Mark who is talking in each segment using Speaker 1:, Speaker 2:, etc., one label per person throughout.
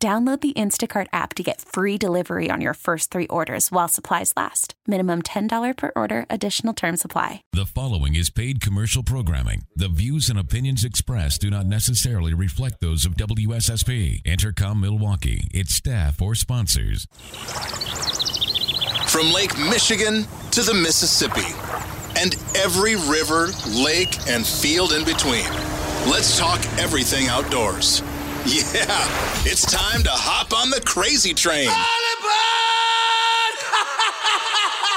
Speaker 1: Download the Instacart app to get free delivery on your first three orders while supplies last. Minimum $10 per order, additional term supply.
Speaker 2: The following is paid commercial programming. The views and opinions expressed do not necessarily reflect those of WSSP, Intercom Milwaukee, its staff, or sponsors.
Speaker 3: From Lake Michigan to the Mississippi, and every river, lake, and field in between. Let's talk everything outdoors. Yeah, it's time to hop on the crazy train.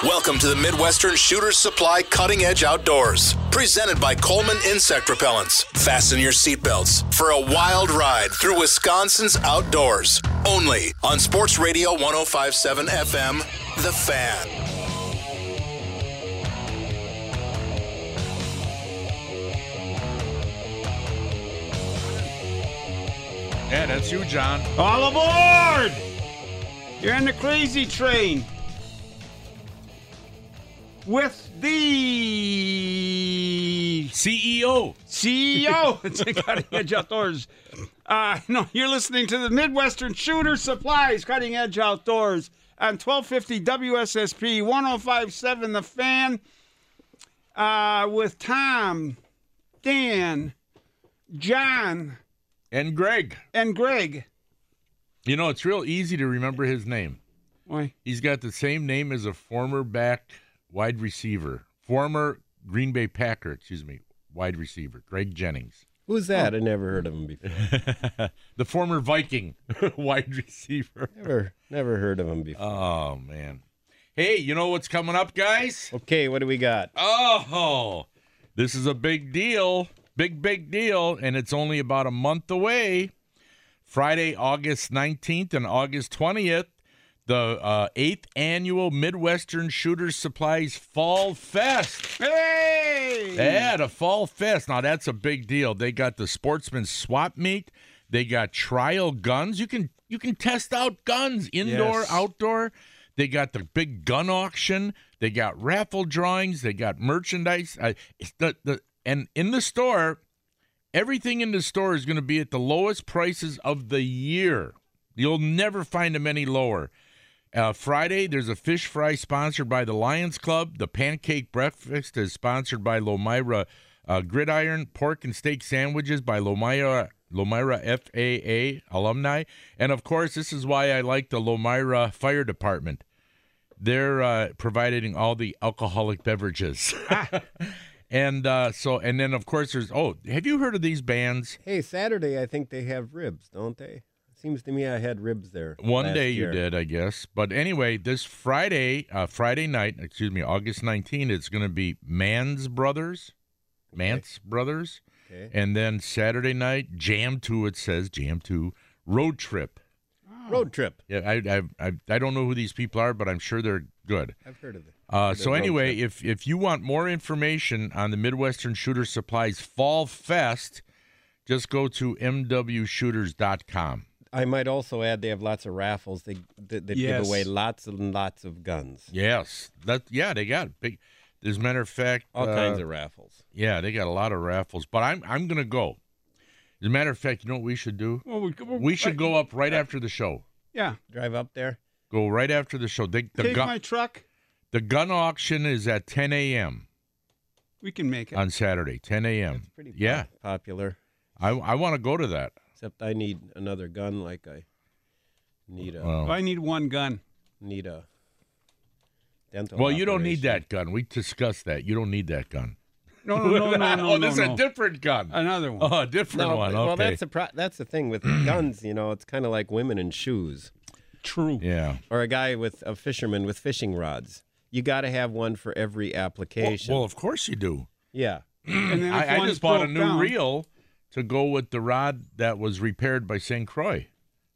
Speaker 3: Welcome to the Midwestern Shooter Supply Cutting Edge Outdoors, presented by Coleman Insect Repellents. Fasten your seatbelts for a wild ride through Wisconsin's outdoors, only on Sports Radio 1057 FM, The Fan.
Speaker 4: Yeah, that's you, John.
Speaker 5: All aboard! You're on the crazy train. With the E
Speaker 4: CEO.
Speaker 5: CEO at Cutting Edge Outdoors. Uh, no, you're listening to the Midwestern Shooter Supplies Cutting Edge Outdoors on 1250 WSSP 1057 The Fan uh, with Tom, Dan, John,
Speaker 4: And Greg.
Speaker 5: and Greg.
Speaker 4: You know, it's real easy to remember his name.
Speaker 5: Why?
Speaker 4: He's got the same name as a former back wide receiver, former Green Bay Packer, excuse me, wide receiver, Greg Jennings.
Speaker 6: Who's
Speaker 4: Oh.
Speaker 6: that? I never heard of him before.
Speaker 4: the former Viking wide receiver.
Speaker 6: Never, never heard of him before.
Speaker 4: Oh, man. Hey, you know what's coming up, guys?
Speaker 6: Okay, what do we got?
Speaker 4: Oh, this is a big deal. Big, big deal. And it's only about a month away. Friday, August 19th and August 20th, the uh, eighth annual Midwestern Shooters Supplies Fall Fest.
Speaker 5: Hey!
Speaker 4: Yeah, the Fall Fest. Now that's a big deal. They got the Sportsman Swap Meet. They got trial guns. You can you can test out guns indoor,
Speaker 6: Yes.
Speaker 4: outdoor. They got the big gun auction. They got raffle drawings. They got merchandise. I, it's the, the and in the store, everything in the store is going to be at the lowest prices of the year. You'll never find them any lower. Uh, Friday, there's a fish fry sponsored by the Lions Club. The pancake breakfast is sponsored by Lomira uh, Gridiron. Pork and steak sandwiches by Lomira Lomira FAA alumni. And of course, this is why I like the Lomira Fire Department. They're uh, providing all the alcoholic beverages. and uh, so, and then of course, there's oh, have you heard of these bands?
Speaker 6: Hey, Saturday, I think they have ribs, don't they? Seems to me I had ribs there.
Speaker 4: One
Speaker 6: last
Speaker 4: day
Speaker 6: year.
Speaker 4: you did, I guess. But anyway, this Friday, uh, Friday night, excuse me, August 19th, it's going to be Mans Brothers, Mance Brothers.
Speaker 6: Okay.
Speaker 4: And then Saturday night, Jam 2, it says, Jam 2, Road Trip.
Speaker 6: Road trip.
Speaker 4: Yeah, I, I, I, I don't know who these people are, but I'm sure they're good.
Speaker 6: I've heard of it.
Speaker 4: Uh,
Speaker 6: Heard of
Speaker 4: so
Speaker 6: road
Speaker 4: anyway,
Speaker 6: trip.
Speaker 4: if if you want more information on the Midwestern Shooter Supplies Fall Fest, just go to mwshooters.com.
Speaker 6: I might also add they have lots of raffles. They that that give
Speaker 5: Yes.
Speaker 6: away lots and lots of guns.
Speaker 4: Yes, that yeah, they got big. As a matter of fact,
Speaker 6: All
Speaker 4: uh,
Speaker 6: kinds of raffles.
Speaker 4: yeah, they got a lot of raffles. But I'm I'm gonna go. As a matter of fact, you know what we should do?
Speaker 5: Well, we, uh,
Speaker 4: We should go up right after the show.
Speaker 5: Yeah.
Speaker 6: Drive up there.
Speaker 4: Go right after the show. They, the
Speaker 5: Take
Speaker 4: gun
Speaker 5: my truck.
Speaker 4: the gun auction is at 10 a.m.
Speaker 5: We can make it.
Speaker 4: on Saturday. 10 a.m.
Speaker 6: Pretty pop-
Speaker 4: Yeah,
Speaker 6: popular.
Speaker 4: I I want to go to that.
Speaker 6: Except I need another gun, like I need a
Speaker 4: Uh, Well,
Speaker 5: I need one gun.
Speaker 6: need a dental.
Speaker 4: Well, you don't need
Speaker 6: operation.
Speaker 4: that gun. We discussed that. You don't need that gun.
Speaker 5: No, no, no, no, no,
Speaker 4: oh,
Speaker 5: no,
Speaker 4: this is
Speaker 5: no.
Speaker 4: a different gun.
Speaker 5: Another one.
Speaker 4: Oh, a different
Speaker 6: No,
Speaker 4: one.
Speaker 6: but- Well,
Speaker 4: okay.
Speaker 6: that's the pro- that's the thing with guns. You know, it's kind of like women in shoes,
Speaker 5: True.
Speaker 4: yeah.
Speaker 6: or a guy with a fisherman with fishing rods. You got to have one for every
Speaker 4: Well,
Speaker 6: application.
Speaker 4: well, of course you do.
Speaker 6: yeah,
Speaker 5: And then if
Speaker 4: I, I
Speaker 5: one's
Speaker 4: just bought a
Speaker 5: broke
Speaker 4: new
Speaker 5: down-
Speaker 4: reel to go with the rod that was repaired by St. Croix.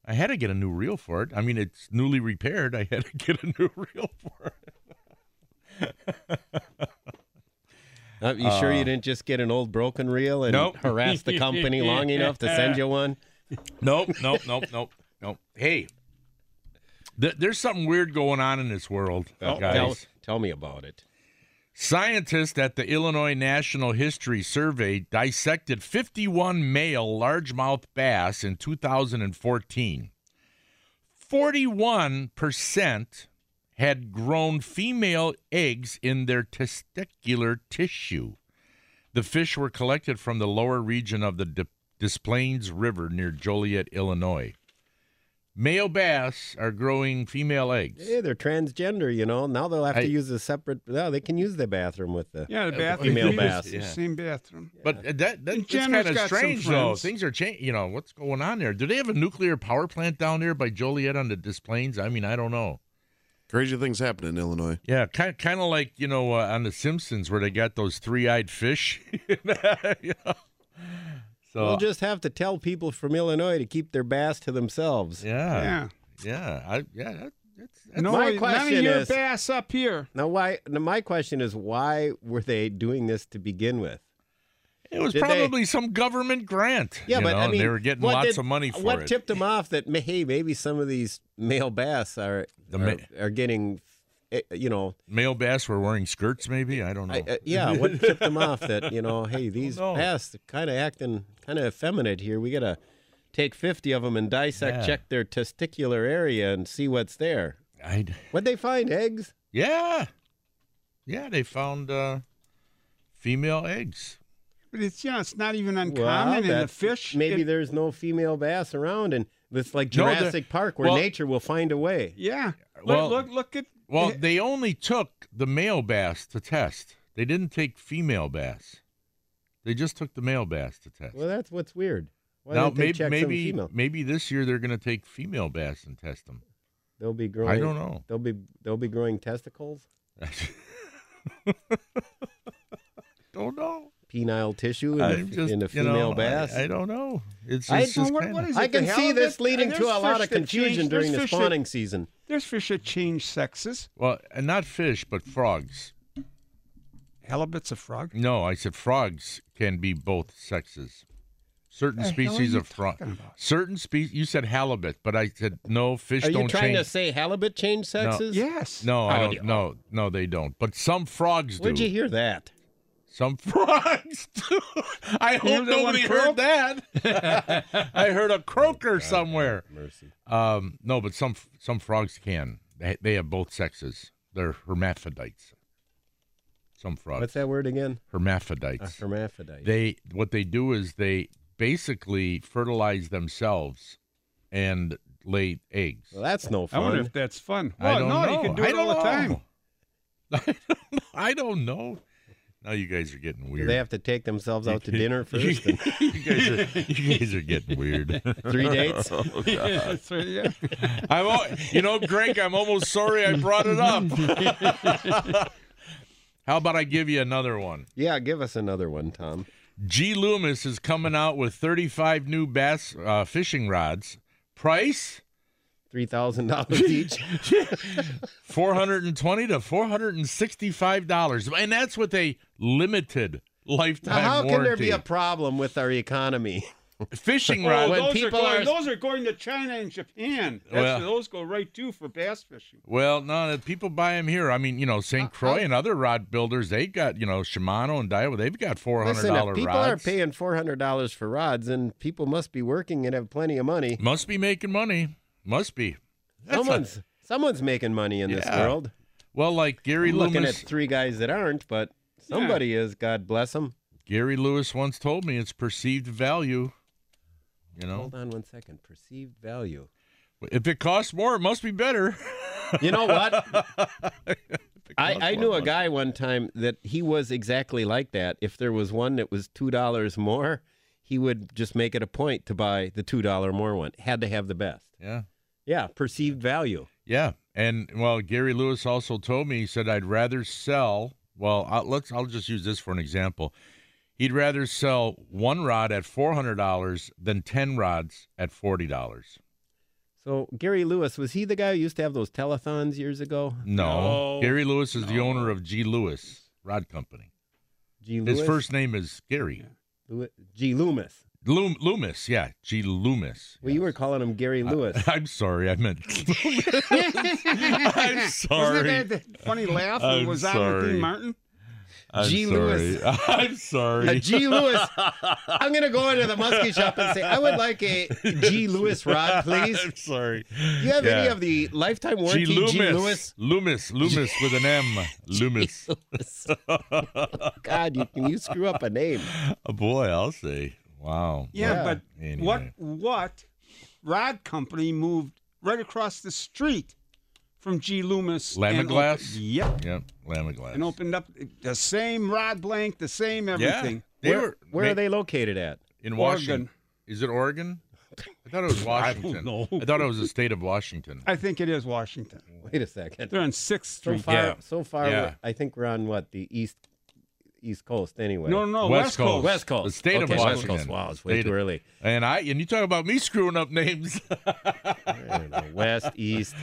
Speaker 4: I had to get a new reel for it. I mean, it's newly repaired. I had to get a new reel for it.
Speaker 6: Uh, you sure you didn't just get an old broken reel and
Speaker 4: Nope.
Speaker 6: harass the company long enough to send you one?
Speaker 4: Nope, nope, nope, nope, nope. Hey, th- there's something weird going on in this world,
Speaker 6: Oh,
Speaker 4: guys.
Speaker 6: tell, tell me about it.
Speaker 4: Scientists at the Illinois National History Survey dissected 51 male largemouth bass in 2014. 41% had grown female eggs in their testicular tissue. The fish were collected from the lower region of the Di- Des Plaines River near Joliet, Illinois. Male bass are growing female eggs.
Speaker 6: Hey, they're transgender, you know. Now they'll have
Speaker 4: I-
Speaker 6: to use a separate. No, they can use the bathroom with the.
Speaker 5: Yeah, the
Speaker 4: Uh,
Speaker 5: bathroom.
Speaker 6: female
Speaker 5: Use
Speaker 6: bass,
Speaker 5: the
Speaker 4: yeah.
Speaker 5: Same bathroom.
Speaker 4: But that, that that's kind
Speaker 5: Jenner's
Speaker 4: of
Speaker 5: got some
Speaker 4: strange, though.
Speaker 5: friends.
Speaker 4: Things are changing. You know what's going on there? Do they have a nuclear power plant down there by Joliet on the Des Plaines? I mean, I don't know.
Speaker 7: Crazy things happen in Illinois.
Speaker 4: Yeah, kind kind of like you know uh, on the Simpsons where they got those three eyed fish. You know? So
Speaker 6: We'll just have to tell people from Illinois to keep their bass to themselves.
Speaker 4: yeah, yeah,
Speaker 5: Yeah.
Speaker 4: I, yeah. That, that's, that's
Speaker 5: No,
Speaker 6: My
Speaker 5: none
Speaker 6: question
Speaker 5: of your
Speaker 6: is-
Speaker 5: bass up here.
Speaker 6: Now, why? Now my question is, why were they doing this to begin with?
Speaker 4: it was
Speaker 6: Did they-
Speaker 4: probably some government grant.
Speaker 6: Yeah,
Speaker 4: you
Speaker 6: but
Speaker 4: know,
Speaker 6: I
Speaker 4: and
Speaker 6: mean,
Speaker 4: they were getting
Speaker 6: what
Speaker 4: lots
Speaker 6: did-
Speaker 4: of money for
Speaker 6: what
Speaker 4: it.
Speaker 6: tipped them off that ma- hey, maybe some of these male bass are
Speaker 4: The
Speaker 6: are,
Speaker 4: ma-
Speaker 6: are getting, eh, you know,
Speaker 4: Male bass were wearing skirts, maybe. I don't know.
Speaker 6: I, uh, yeah, what tipped them off that you know,
Speaker 4: Oh,
Speaker 6: hey, these
Speaker 4: know.
Speaker 6: bass kind of acting kind of effeminate here. We gotta take fifty of them and dissect,
Speaker 4: Yeah.
Speaker 6: check their testicular area, and see what's there.
Speaker 4: I,
Speaker 6: What'd they find? Eggs?
Speaker 4: Yeah. Yeah, they found uh, female eggs.
Speaker 5: But it's you know, it's not even
Speaker 6: Well,
Speaker 5: uncommon in the
Speaker 6: that-
Speaker 5: fish.
Speaker 6: Maybe
Speaker 5: it-
Speaker 6: there's no female bass around, and it's like
Speaker 4: No, there-
Speaker 6: Jurassic Park, where
Speaker 4: well-
Speaker 6: nature will find a way.
Speaker 5: yeah. Look,
Speaker 4: Well-
Speaker 5: look, look at.
Speaker 4: Well,
Speaker 5: eh,
Speaker 4: they only took the male bass to test. They didn't take female bass. They just took the male bass to test.
Speaker 6: Well, that's what's weird. Why
Speaker 4: now
Speaker 6: don't they
Speaker 4: maybe
Speaker 6: check some
Speaker 4: maybe
Speaker 6: female?
Speaker 4: maybe this year they're going to take female bass and test them.
Speaker 6: They'll be growing.
Speaker 4: I don't know.
Speaker 6: They'll be they'll be growing testicles,
Speaker 4: don't know.
Speaker 6: penile tissue in,
Speaker 4: I'm
Speaker 6: the,
Speaker 4: just
Speaker 6: in the
Speaker 4: you
Speaker 6: female
Speaker 4: know,
Speaker 6: bass.
Speaker 4: I, I don't know. It's
Speaker 6: I-
Speaker 4: just,
Speaker 5: well,
Speaker 4: just
Speaker 5: what-
Speaker 4: kinda-
Speaker 5: what is it?
Speaker 6: I can
Speaker 5: the
Speaker 6: see
Speaker 5: halibut?
Speaker 6: this leading
Speaker 5: There's
Speaker 6: to a lot
Speaker 5: fish
Speaker 6: of
Speaker 5: that change-
Speaker 6: confusion
Speaker 5: there's
Speaker 6: during the
Speaker 5: fish that-
Speaker 6: spawning season.
Speaker 5: There's fish that change sexes.
Speaker 4: well, and not fish, but frogs.
Speaker 5: Halibut's a frog.
Speaker 4: No, I said frogs can be both sexes. Certain
Speaker 5: The hell are
Speaker 4: species
Speaker 5: you
Speaker 4: of frog.
Speaker 5: talking about?
Speaker 4: Certain species. You said halibut, but I said no. Fish
Speaker 6: Are you
Speaker 4: don't
Speaker 6: trying
Speaker 4: change.
Speaker 6: to say halibut change sexes?
Speaker 5: Yes.
Speaker 4: no, I
Speaker 6: Oh,
Speaker 4: don't.
Speaker 6: dear.
Speaker 4: No, no, they don't. But some frogs do.
Speaker 6: Where'd you hear that?
Speaker 4: Some frogs do. I
Speaker 5: You're
Speaker 4: hope
Speaker 5: the one
Speaker 4: nobody heard
Speaker 5: croak? Oh,
Speaker 4: that. I heard a croaker somewhere.
Speaker 6: Mercy.
Speaker 4: Um, no, but some some frogs can. They they have both sexes. They're hermaphrodites. Some frogs.
Speaker 6: What's that word again? A
Speaker 4: Hermaphrodites.
Speaker 6: hermaphrodite.
Speaker 4: they what they do is they basically fertilize themselves and lay eggs.
Speaker 6: well, that's no
Speaker 5: I wonder
Speaker 6: fun.
Speaker 5: if that's fun.
Speaker 4: I
Speaker 5: Well,
Speaker 4: don't
Speaker 5: no,
Speaker 4: know.
Speaker 5: you can do
Speaker 4: I
Speaker 5: it all
Speaker 4: don't
Speaker 5: the time.
Speaker 4: know. I don't know. I don't know. Now you guys are getting
Speaker 6: Do
Speaker 4: weird.
Speaker 6: they have to take themselves out to dinner first and
Speaker 4: you, guys are, you guys are getting weird.
Speaker 6: three dates?
Speaker 5: That's right, uh, yeah.
Speaker 4: I'm, al- you know, Greg, I'm almost sorry I brought it up. How about I give you another one?
Speaker 6: Yeah, give us another one, Tom.
Speaker 4: G. Loomis is coming out with 35 new bass uh, fishing rods. Price
Speaker 6: Three thousand dollars each.
Speaker 4: Four hundred and twenty to four hundred and sixty-five dollars, and that's with a limited
Speaker 6: Now,
Speaker 4: lifetime
Speaker 6: how
Speaker 4: warranty.
Speaker 6: can there be a problem with our economy?
Speaker 4: fishing
Speaker 5: Oh,
Speaker 4: rod?
Speaker 6: when
Speaker 5: those, are
Speaker 6: people
Speaker 5: going,
Speaker 6: are-
Speaker 5: those are going to China and Japan. That's,
Speaker 4: Well-
Speaker 5: those go right too for bass fishing.
Speaker 4: well, no, the people buy them here. I mean, you know,
Speaker 6: Uh,
Speaker 4: St. Croix and other rod builders, they got you know Shimano and Daiwa, they've got four hundred
Speaker 6: Listen,
Speaker 4: dollar
Speaker 6: if
Speaker 4: rods.
Speaker 6: people are paying four hundred dollars for rods, then people must be working and have plenty of money.
Speaker 4: Must be making money. Must be. That's a-
Speaker 6: someone's someone's making money in this
Speaker 4: Yeah.
Speaker 6: world.
Speaker 4: well, like Gary
Speaker 6: I'm looking at
Speaker 4: Loomis.
Speaker 6: three guys that aren't, but somebody is. God bless them.
Speaker 4: Gary Lewis once told me it's perceived value. You know,
Speaker 6: Hold on one second. Perceived value.
Speaker 4: if it costs more, it must be better.
Speaker 6: You know what? I,
Speaker 4: costs
Speaker 6: I
Speaker 4: more,
Speaker 6: knew a
Speaker 4: must-
Speaker 6: guy one time that he was exactly like that. If there was one that was two dollars more, he would just make it a point to buy the two dollar more one. Had to have the best.
Speaker 4: Yeah.
Speaker 6: Yeah, perceived value.
Speaker 4: Yeah, and well, Gary Lewis also told me he said I'd rather sell. Well, i let's. I'll just use this for an example. He'd rather sell one rod at four hundred dollars than ten rods at forty dollars.
Speaker 6: So Gary Lewis was he the guy who used to have those telethons years ago?
Speaker 4: No.
Speaker 5: No.
Speaker 4: Gary Lewis is the owner of G. Lewis Rod Company.
Speaker 6: G.
Speaker 4: His
Speaker 6: Lewis.
Speaker 4: first name is Gary.
Speaker 6: Lew- G. Loomis.
Speaker 4: Loom, Loomis, yeah. G. Loomis.
Speaker 6: Well, you were calling him Gary Lewis.
Speaker 4: I'm sorry, I meant I'm
Speaker 5: Wasn't
Speaker 4: sorry.
Speaker 5: it that that funny laugh
Speaker 4: I'm
Speaker 5: that was on with
Speaker 4: sorry.
Speaker 5: Dean Martin?
Speaker 4: I'm
Speaker 6: G. Lewis.
Speaker 4: sorry. I'm
Speaker 6: A
Speaker 4: sorry.
Speaker 6: G. Lewis. Uh, I'm gonna go into the muskie shop and say, I would like a G. Lewis rod, please.
Speaker 4: I'm sorry.
Speaker 6: Do you have any
Speaker 4: Yeah.
Speaker 6: of the lifetime
Speaker 4: G.
Speaker 6: warranty
Speaker 4: Loomis.
Speaker 6: G. Lewis?
Speaker 4: Loomis. Loomis with an M. Loomis.
Speaker 6: God, you, you screw up a name.
Speaker 4: Oh, boy, I'll say. Wow.
Speaker 5: Yeah, but
Speaker 4: Anyway.
Speaker 5: what what rod company moved right across the street from G. Loomis?
Speaker 4: Lamb
Speaker 5: and
Speaker 4: and glass?
Speaker 5: opened- yep,
Speaker 4: Yep. Lamb and glass.
Speaker 5: and opened up the same rod blank, the same everything.
Speaker 4: They
Speaker 6: where
Speaker 4: were,
Speaker 6: where
Speaker 4: ma-
Speaker 6: are they located at?
Speaker 4: In
Speaker 5: Oregon.
Speaker 4: Washington. Is it Oregon? I thought it was Washington.
Speaker 5: know.
Speaker 4: I thought it was the state of Washington.
Speaker 5: I think it is Washington.
Speaker 6: Wait a second.
Speaker 5: They're on Sixth
Speaker 6: So
Speaker 5: Street.
Speaker 6: far,
Speaker 4: Yeah.
Speaker 6: so far,
Speaker 4: Yeah.
Speaker 6: we're- I think we're on what the east east coast anyway.
Speaker 5: No, no, no,
Speaker 4: West
Speaker 5: West,
Speaker 4: Coast.
Speaker 5: Coast.
Speaker 6: West Coast,
Speaker 4: The state of
Speaker 6: Okay, West
Speaker 4: Washington.
Speaker 6: Coast. Wow, it's way
Speaker 4: State
Speaker 6: too
Speaker 4: of-
Speaker 6: early.
Speaker 4: And I and you talk about me screwing up names.
Speaker 6: I don't know. West, east.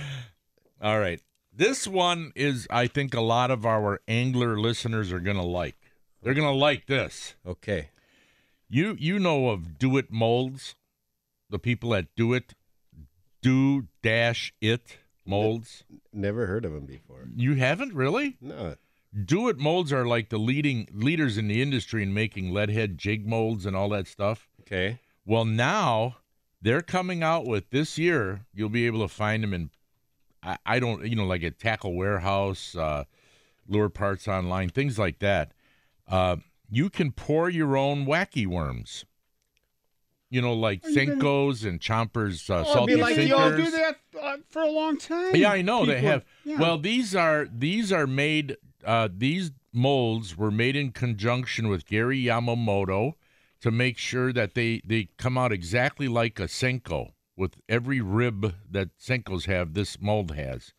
Speaker 4: All right. This one is I think a lot of our angler listeners are going to like. They're going to like this.
Speaker 6: Okay.
Speaker 4: You you know of Do It Molds? The people at Do It Do Dash It Molds?
Speaker 6: Never heard of him before.
Speaker 4: You haven't really?
Speaker 6: No.
Speaker 4: Do It Molds are like the leading leaders in the industry in making lead head jig molds and all that stuff.
Speaker 6: Okay.
Speaker 4: Well, now they're coming out with this year. You'll be able to find them in, I, I don't, you know, like at Tackle Warehouse, uh, Lure Parts Online, things like that. Uh, you can pour your own wacky worms. You know, like Senkos and Chompers, uh,
Speaker 5: Oh, it'd
Speaker 4: Salty
Speaker 5: be like you all
Speaker 4: Sinkers.
Speaker 5: do that uh, for a long time.
Speaker 4: Yeah, I know they
Speaker 5: People-
Speaker 4: have.
Speaker 5: yeah.
Speaker 4: Well, these are these are made. Uh, these molds were made in conjunction with Gary Yamamoto to make sure that they they come out exactly like a senko with every rib that senkos have. This mold has,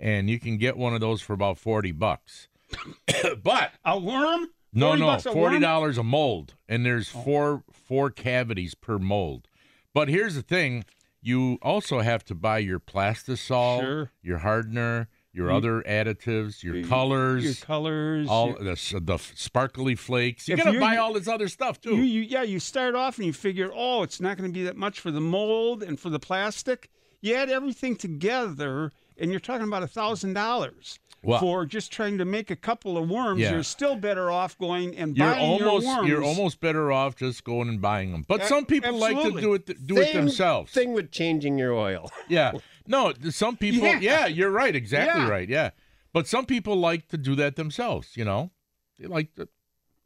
Speaker 4: and you can get one of those for about forty bucks. but
Speaker 5: a worm.
Speaker 4: no,
Speaker 5: 40
Speaker 4: no,
Speaker 5: bucks a Oh.
Speaker 4: forty
Speaker 5: worm?
Speaker 4: dollars a mold, and there's four four cavities per mold. But here's the thing: you also have to buy your plastisol,
Speaker 5: Sure.
Speaker 4: your hardener, your other additives, your colors,
Speaker 5: Your colors.
Speaker 4: all
Speaker 5: your-
Speaker 4: the s- the f- sparkly flakes. You
Speaker 5: If
Speaker 4: gotta
Speaker 5: you-
Speaker 4: buy all this other stuff too.
Speaker 5: You, you, yeah, you start off and you figure, oh, it's not going to be that much for the mold and for the plastic. You add everything together, and you're talking about a thousand dollars
Speaker 4: Well-
Speaker 5: for just trying to make a couple of worms.
Speaker 4: Yeah.
Speaker 5: You're still better off going and
Speaker 4: you're
Speaker 5: buying
Speaker 4: almost
Speaker 5: your worms.
Speaker 4: you're almost better off just going and buying them. But
Speaker 5: A-
Speaker 4: some people like to
Speaker 5: absolutely.
Speaker 4: do it th- do it
Speaker 6: Same
Speaker 4: themselves.
Speaker 6: Thing with changing your oil.
Speaker 4: Yeah. No, th- some people. Yeah,
Speaker 5: Yeah.
Speaker 4: you're right. Exactly
Speaker 5: Yeah.
Speaker 4: right. Yeah. But some people like to do that themselves. You know, they like to,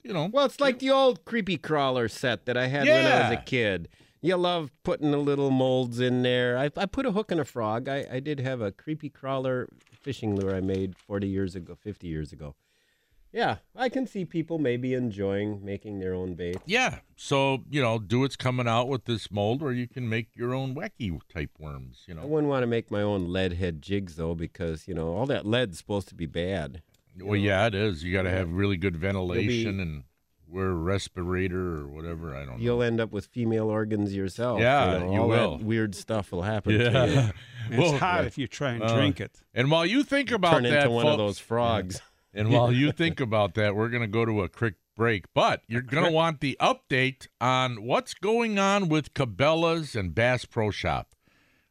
Speaker 4: you know.
Speaker 6: Well, it's like the old creepy crawler set that I had when I was
Speaker 4: Yeah.
Speaker 6: a kid. You love putting the little molds in there. I, I put a hook in a frog. I, I did have a creepy crawler fishing lure I made 40 years ago, 50 years ago. Yeah, I can see people maybe enjoying making their own bait.
Speaker 4: Yeah. So you know, do it's coming out with this mold where you can make your own wacky type worms. You
Speaker 6: I
Speaker 4: know.
Speaker 6: wouldn't want to make my own lead head jigs though, because you know all that lead's supposed to be bad.
Speaker 4: Well, yeah, it is. You got to have really good ventilation
Speaker 6: be-
Speaker 4: and wear a respirator or whatever. I don't know.
Speaker 6: You'll end up with female organs yourself.
Speaker 4: Oh, Yeah,
Speaker 6: know,
Speaker 4: you
Speaker 6: all
Speaker 4: will.
Speaker 6: That weird stuff will happen. To you.
Speaker 4: Yeah.
Speaker 5: It's hot if you try and
Speaker 4: uh,
Speaker 5: drink it.
Speaker 4: And while you think about
Speaker 6: Turn
Speaker 4: that,
Speaker 6: into one
Speaker 4: folks,
Speaker 6: of those frogs.
Speaker 4: And while you think about that, we're going to go to a quick break, but you're going to want the update on what's going on with Cabela's and Bass Pro Shop.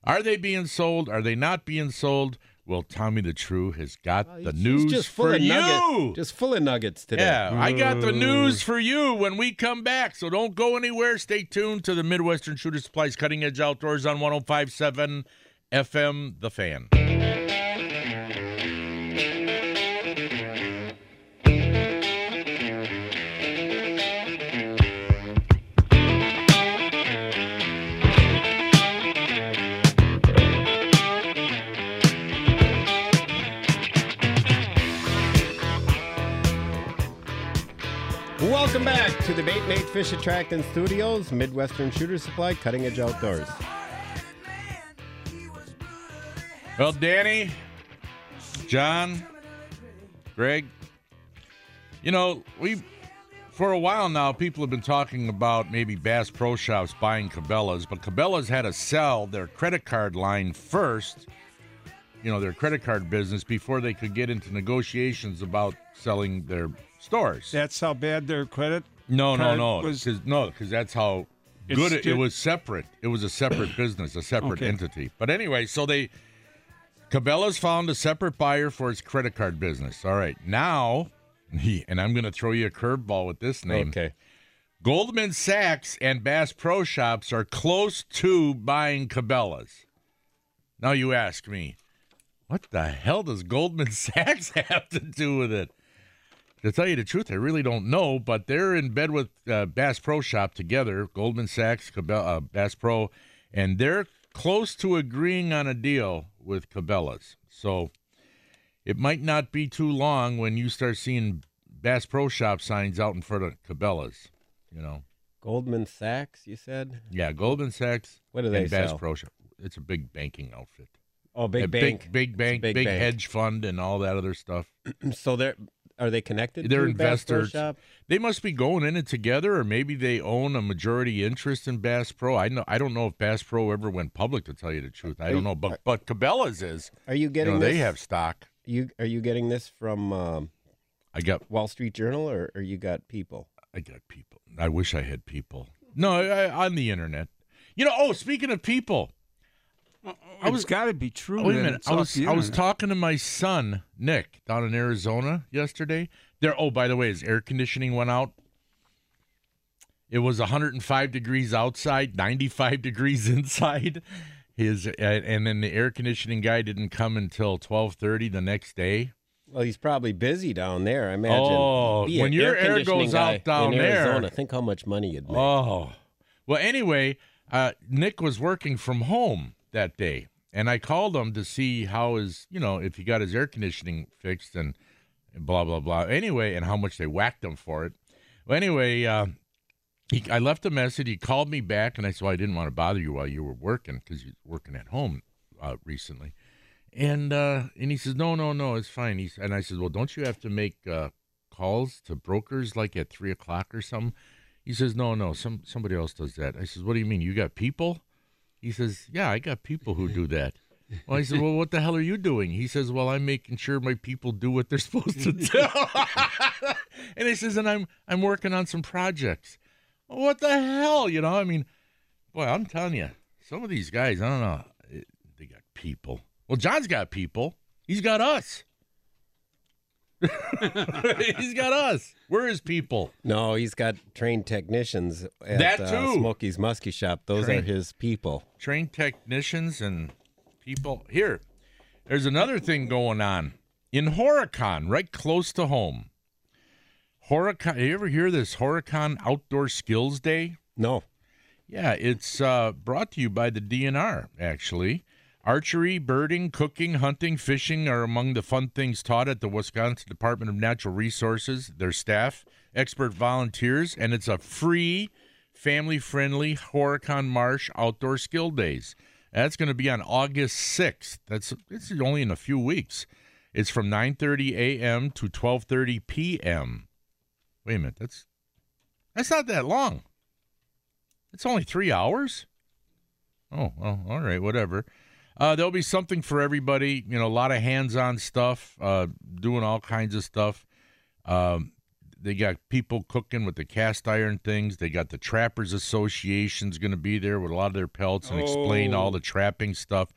Speaker 4: Are they being sold? Are they not being sold? Well, Tommy the True has got the
Speaker 6: He's
Speaker 4: news
Speaker 6: just full
Speaker 4: for
Speaker 6: of
Speaker 4: you.
Speaker 6: Nuggets, just full of nuggets Mm. today.
Speaker 4: yeah, I got the news for you when we come back. So don't go anywhere. Stay tuned to the Midwestern Shooter Supplies Cutting Edge Outdoors on 1057 FM The Fan.
Speaker 6: Welcome back to the Bait Mate Fish Attractant Studios, Midwestern Shooter Supply, Cutting Edge Outdoors.
Speaker 4: Well, Danny, John, Greg, you know, we For a while now, people have been talking about maybe Bass Pro Shops buying Cabela's, but Cabela's had to sell their credit card line first, you know, their credit card business, before they could get into negotiations about selling their stores.
Speaker 5: That's how bad their credit.
Speaker 4: No, no,
Speaker 5: card
Speaker 4: no,
Speaker 5: was-
Speaker 4: because no, because that's how
Speaker 5: It's
Speaker 4: good it, it
Speaker 5: sti-
Speaker 4: was. Separate. It was a separate business, a separate
Speaker 5: Okay.
Speaker 4: entity. But anyway, so they Cabela's found a separate buyer for its credit card business. All right, now, and I'm going to throw you a curveball with this name.
Speaker 6: Okay.
Speaker 4: Goldman Sachs and Bass Pro Shops are close to buying Cabela's. Now you ask me, what the hell does Goldman Sachs have to do with it? To tell you the truth, I really don't know, but they're in bed with uh, Bass Pro Shop together, Goldman Sachs, Cabela, uh, Bass Pro, and they're close to agreeing on a deal with Cabela's. So it might not be too long when you start seeing Bass Pro Shop signs out in front of Cabela's. You know,
Speaker 6: Goldman Sachs, you said?
Speaker 4: yeah, Goldman Sachs.
Speaker 6: What do they
Speaker 4: and Bass
Speaker 6: sell?
Speaker 4: Pro Shop. It's a big banking outfit.
Speaker 6: Oh,
Speaker 4: A
Speaker 6: big bank.
Speaker 4: big, big
Speaker 6: It's a
Speaker 4: bank, big,
Speaker 6: bank.
Speaker 4: hedge fund, and all that other stuff.
Speaker 6: So they're are they connected?
Speaker 4: They're
Speaker 6: to Bass Pro
Speaker 4: investors.
Speaker 6: Shop?
Speaker 4: They must be going in it together, or maybe they own a majority interest in Bass Pro. I know. I don't know if Bass Pro ever went public. To tell you the truth, I don't know. But but Cabela's is.
Speaker 6: Are you
Speaker 4: You
Speaker 6: getting?
Speaker 4: know, they
Speaker 6: this-
Speaker 4: have stock.
Speaker 6: You are you getting this from um,
Speaker 4: I got
Speaker 6: Wall Street Journal or, or you got people?
Speaker 4: I got people. I wish I had people. No, I, I, on the internet. You know. Oh, speaking of people,
Speaker 5: I was got to be true.
Speaker 4: Wait a
Speaker 5: man.
Speaker 4: minute.
Speaker 5: It's
Speaker 4: I
Speaker 5: off
Speaker 4: was
Speaker 5: the
Speaker 4: I was
Speaker 5: internet.
Speaker 4: talking to my son Nick down in Arizona yesterday. There. Oh, by the way, his air conditioning went out. It was 105 degrees outside, 95 degrees inside. His uh, and then the air conditioning guy didn't come until 12:30 the next day.
Speaker 6: Well, he's probably busy down there. I imagine.
Speaker 4: Oh,
Speaker 6: Be an
Speaker 4: when your air
Speaker 6: conditioning
Speaker 4: goes
Speaker 6: guy
Speaker 4: out down
Speaker 6: in
Speaker 4: there-
Speaker 6: Arizona, think how much money you'd make.
Speaker 4: Oh. Well, anyway, uh, Nick was working from home that day, and I called him to see how his, you know, if he got his air conditioning fixed and blah, blah, blah. Anyway, and how much they whacked him for it. Well, anyway, uh, he, I left a message. He called me back, and I said, well, I didn't want to bother you while you were working because you're working at home uh, recently. And uh, and he says, no, no, no, it's fine. He's, and I said, well, don't you have to make uh, calls to brokers like at three o'clock or something? He says, no, no, some somebody else does that. I says, what do you mean? You got people? He says, yeah, I got people who do that. Well, I said, well, what the hell are you doing? He says, well, I'm making sure my people do what they're supposed to do. and he says, and I'm I'm working on some projects. What the hell, you know? I mean, boy, I'm telling you, some of these guys, I don't know, it- they got people. Well, John's got people. He's got us. He's got us. We're his people.
Speaker 6: No, he's got trained technicians at
Speaker 4: That
Speaker 6: Uh,
Speaker 4: too.
Speaker 6: Smokey's Muskie Shop. Those
Speaker 4: Trained.
Speaker 6: are his people.
Speaker 4: train technicians and people here. There's another thing going on in Horicon, right close to home. Horicon, you ever hear this Horicon Outdoor Skills Day?
Speaker 6: No,
Speaker 4: Yeah, it's uh, brought to you by the DNR, actually. Archery, birding, cooking, hunting, fishing are among the fun things taught at the Wisconsin Department of Natural Resources, their staff, expert volunteers, and it's a free, family friendly Horicon Marsh Outdoor Skill Days. That's going to be on August 6th. That's it's only in a few weeks. It's from 9:30 a.m. to 12:30 p.m. Wait a minute, that's that's not that long. It's only three hours. Oh, well, all right, whatever. Uh, there'll be something for everybody. You know, a lot of hands-on stuff, uh, doing all kinds of stuff. Um, they got people cooking with the cast iron things. They got the Trappers Association's going to be there with a lot of their pelts and explain all the trapping stuff.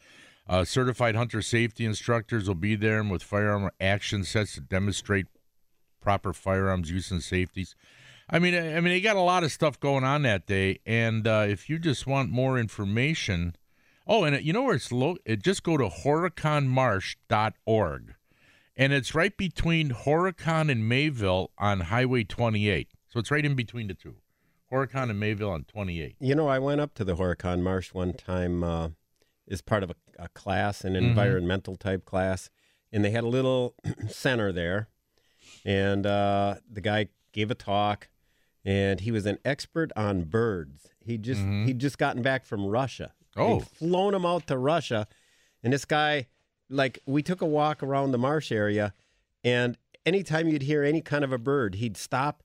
Speaker 4: Uh, certified hunter safety instructors will be there and with firearm action sets to demonstrate proper firearms use and safeties. I mean, I I mean, they got a lot of stuff going on that day, and uh, if you just want more information, oh, and it, you know where it's low? It just go to horiconmarsh.org, and it's right between Horicon and Mayville on Highway 28, so it's right in between the two, Horicon and Mayville on 28.
Speaker 6: you know I went up to the Horicon Marsh one time uh, as part of a, a class,
Speaker 4: Mm-hmm.
Speaker 6: an environmental type class, and they had a little center there, and uh, the guy gave a talk, and he was an expert on birds. He just he'd just gotten back from Russia.
Speaker 4: Mm-hmm. Oh.
Speaker 6: They'd flown him out to Russia, and this guy, like, we took a walk around the marsh area, and anytime you'd hear any kind of a bird, he'd stop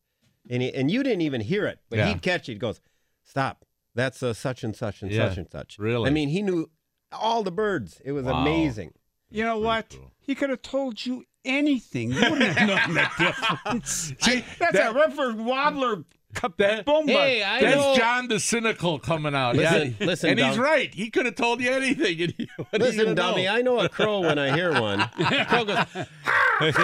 Speaker 6: and he, and you didn't even hear it, but
Speaker 4: Yeah.
Speaker 6: he'd catch it. He goes, "Stop! That's a such and such and
Speaker 4: Yeah,
Speaker 6: such and such." I
Speaker 4: really?
Speaker 6: mean, he knew all the birds. It was
Speaker 4: Wow.
Speaker 6: amazing.
Speaker 5: You know what?
Speaker 4: cool.
Speaker 5: He could have told you anything. You wouldn't have known the difference. that's
Speaker 4: that-
Speaker 5: a Redford Wobbler cup
Speaker 4: That-
Speaker 5: bomba.
Speaker 6: Hey, I
Speaker 4: That's
Speaker 6: know.
Speaker 4: John the Cynical coming out.
Speaker 6: Listen-
Speaker 4: yeah.
Speaker 6: listen,
Speaker 4: and he's
Speaker 6: Dom.
Speaker 4: right. He could have told you anything. And you- what are you
Speaker 6: Listen,
Speaker 4: gonna know?
Speaker 6: dummy, I know a crow when I hear one. A crow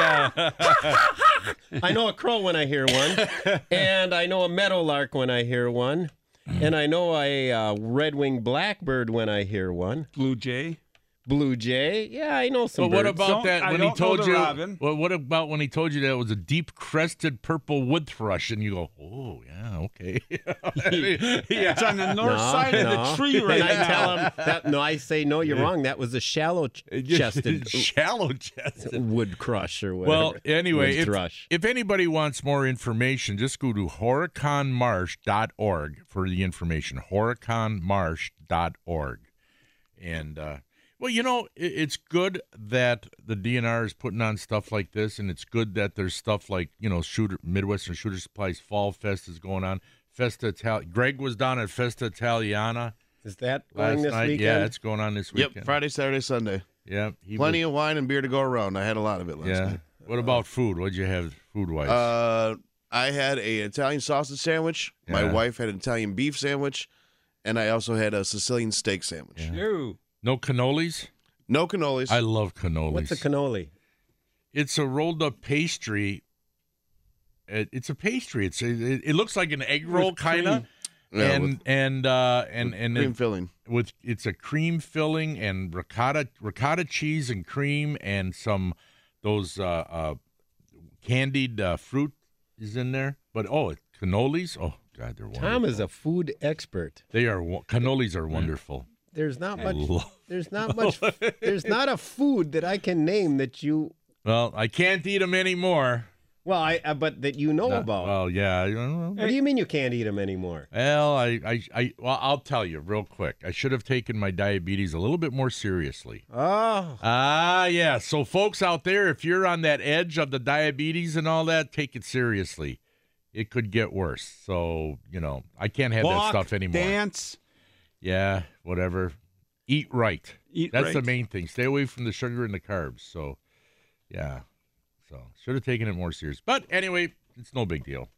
Speaker 6: goes, I know a crow when I hear one, and I know a meadowlark when I hear one, and I know a uh, red-winged blackbird when I hear one.
Speaker 5: Blue Jay.
Speaker 6: Blue jay, yeah, I know some.
Speaker 4: But what
Speaker 6: birds.
Speaker 4: about
Speaker 5: Don't-
Speaker 4: that
Speaker 5: I
Speaker 4: when he
Speaker 5: don't know
Speaker 4: told
Speaker 5: the
Speaker 4: you?
Speaker 5: robin.
Speaker 4: Well, what about when he told you that it was a deep crested purple wood thrush, and you go, "Oh yeah, okay."
Speaker 5: It's on the north side of the
Speaker 6: no.
Speaker 5: tree right
Speaker 6: And I
Speaker 5: now.
Speaker 6: tell him that no, I say no, you're wrong. That was a shallow ch- chested
Speaker 4: shallow chested.
Speaker 6: wood crush or whatever.
Speaker 4: Well, anyway,
Speaker 6: Wood
Speaker 4: if,
Speaker 6: thrush.
Speaker 4: if anybody wants more information, just go to horiconmarsh.org for the information. horiconmarsh.org. And, uh, well, you know, i- it's good that the DNR is putting on stuff like this, and it's good that there's stuff like, you know, shooter Midwestern Shooter Supplies Fall Fest is going on. Festa Itali- Greg was down at Festa Italiana
Speaker 6: Is that
Speaker 4: last
Speaker 6: going this
Speaker 4: night.
Speaker 6: weekend?
Speaker 4: Yeah, it's going on this weekend.
Speaker 7: Yep, Friday, Saturday, Sunday.
Speaker 4: Yeah, he
Speaker 7: Plenty
Speaker 4: was-
Speaker 7: of wine and beer to go around. I had a lot of it last
Speaker 4: Yeah. What about food? What'd you have food wise?
Speaker 7: night. Uh, I had a Italian sausage sandwich. My
Speaker 4: Yeah.
Speaker 7: wife had an Italian beef sandwich, and I also had a Sicilian steak sandwich.
Speaker 5: No.
Speaker 4: no cannolis?
Speaker 7: No cannolis. Uh,
Speaker 4: I love cannolis.
Speaker 6: What's a cannoli?
Speaker 4: it's a rolled up pastry. It- It's a pastry. It's it, it looks like an egg roll kind of,
Speaker 7: Yeah,
Speaker 4: and
Speaker 7: with-
Speaker 4: and uh, and and
Speaker 7: cream
Speaker 4: it-
Speaker 7: filling.
Speaker 4: with it's a cream filling and ricotta ricotta cheese and cream and some those uh, uh, candied uh, fruit is in there. But oh, it- cannolis! Oh God, they're wonderful.
Speaker 6: Tom is a food expert.
Speaker 4: they are wo- cannolis are wonderful.
Speaker 6: There's not
Speaker 4: I
Speaker 6: much.
Speaker 4: love-
Speaker 6: There's not much. there's not a food that I can name that you.
Speaker 4: well, I can't eat them anymore.
Speaker 6: Well, I uh, but that you know
Speaker 4: Uh,
Speaker 6: about.
Speaker 4: Well, yeah. I don't know.
Speaker 6: what do you mean you can't eat them anymore?
Speaker 4: Well, I, I, I, well, I'll tell you real quick. I should have taken my diabetes a little bit more seriously.
Speaker 6: Oh,
Speaker 4: Ah, yeah. So, folks out there, if you're on that edge of the diabetes and all that, take it seriously. It could get worse. So, you know, I can't have
Speaker 5: Walk,
Speaker 4: that stuff anymore.
Speaker 5: dance.
Speaker 4: Yeah, whatever. Eat right.
Speaker 5: Eat
Speaker 4: That's the
Speaker 5: right.
Speaker 4: main thing. Stay away from the sugar and the carbs. So, yeah. So, should have taken it more serious. But anyway, it's no big deal.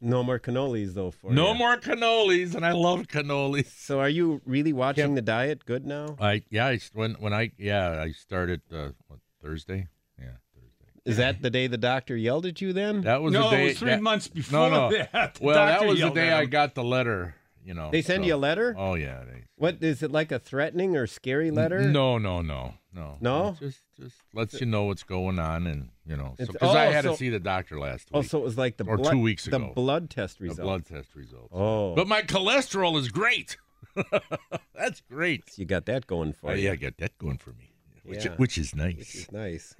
Speaker 6: no more cannolis though. For
Speaker 4: no
Speaker 6: ya.
Speaker 4: more cannolis, and I love cannolis.
Speaker 6: So are you really watching the diet good now?
Speaker 4: I yeah, I s when when I yeah, I started uh, what, Thursday. Yeah, Thursday.
Speaker 6: Is that the day the doctor yelled at you? Then
Speaker 4: That was
Speaker 5: no,
Speaker 4: the day.
Speaker 5: it was three
Speaker 4: that-
Speaker 5: months
Speaker 4: No,
Speaker 5: before
Speaker 4: no.
Speaker 5: that.
Speaker 4: Well, that
Speaker 5: doctor
Speaker 4: was the
Speaker 5: yelled
Speaker 4: day
Speaker 5: at
Speaker 4: I
Speaker 5: him.
Speaker 4: got the letter. You know,
Speaker 6: they send you a letter.
Speaker 4: Oh yeah. They,
Speaker 6: What is it like a threatening or scary letter?
Speaker 4: No, no, no, no,
Speaker 6: No?
Speaker 4: It Just just lets you know what's going on, and you know, because
Speaker 6: It's-
Speaker 4: I
Speaker 6: oh,
Speaker 4: had
Speaker 6: so-
Speaker 4: to see the doctor last
Speaker 6: Oh,
Speaker 4: week.
Speaker 6: so it was like the
Speaker 4: Or
Speaker 6: blood,
Speaker 4: two weeks
Speaker 6: the
Speaker 4: ago.
Speaker 6: blood test
Speaker 4: the
Speaker 6: result.
Speaker 4: blood test results.
Speaker 6: Oh,
Speaker 4: But my cholesterol is great. That's great.
Speaker 6: you got that going for
Speaker 4: Oh,
Speaker 6: you.
Speaker 4: yeah, I got that going for me, which
Speaker 6: Yeah.
Speaker 4: which is nice.
Speaker 6: Which is nice.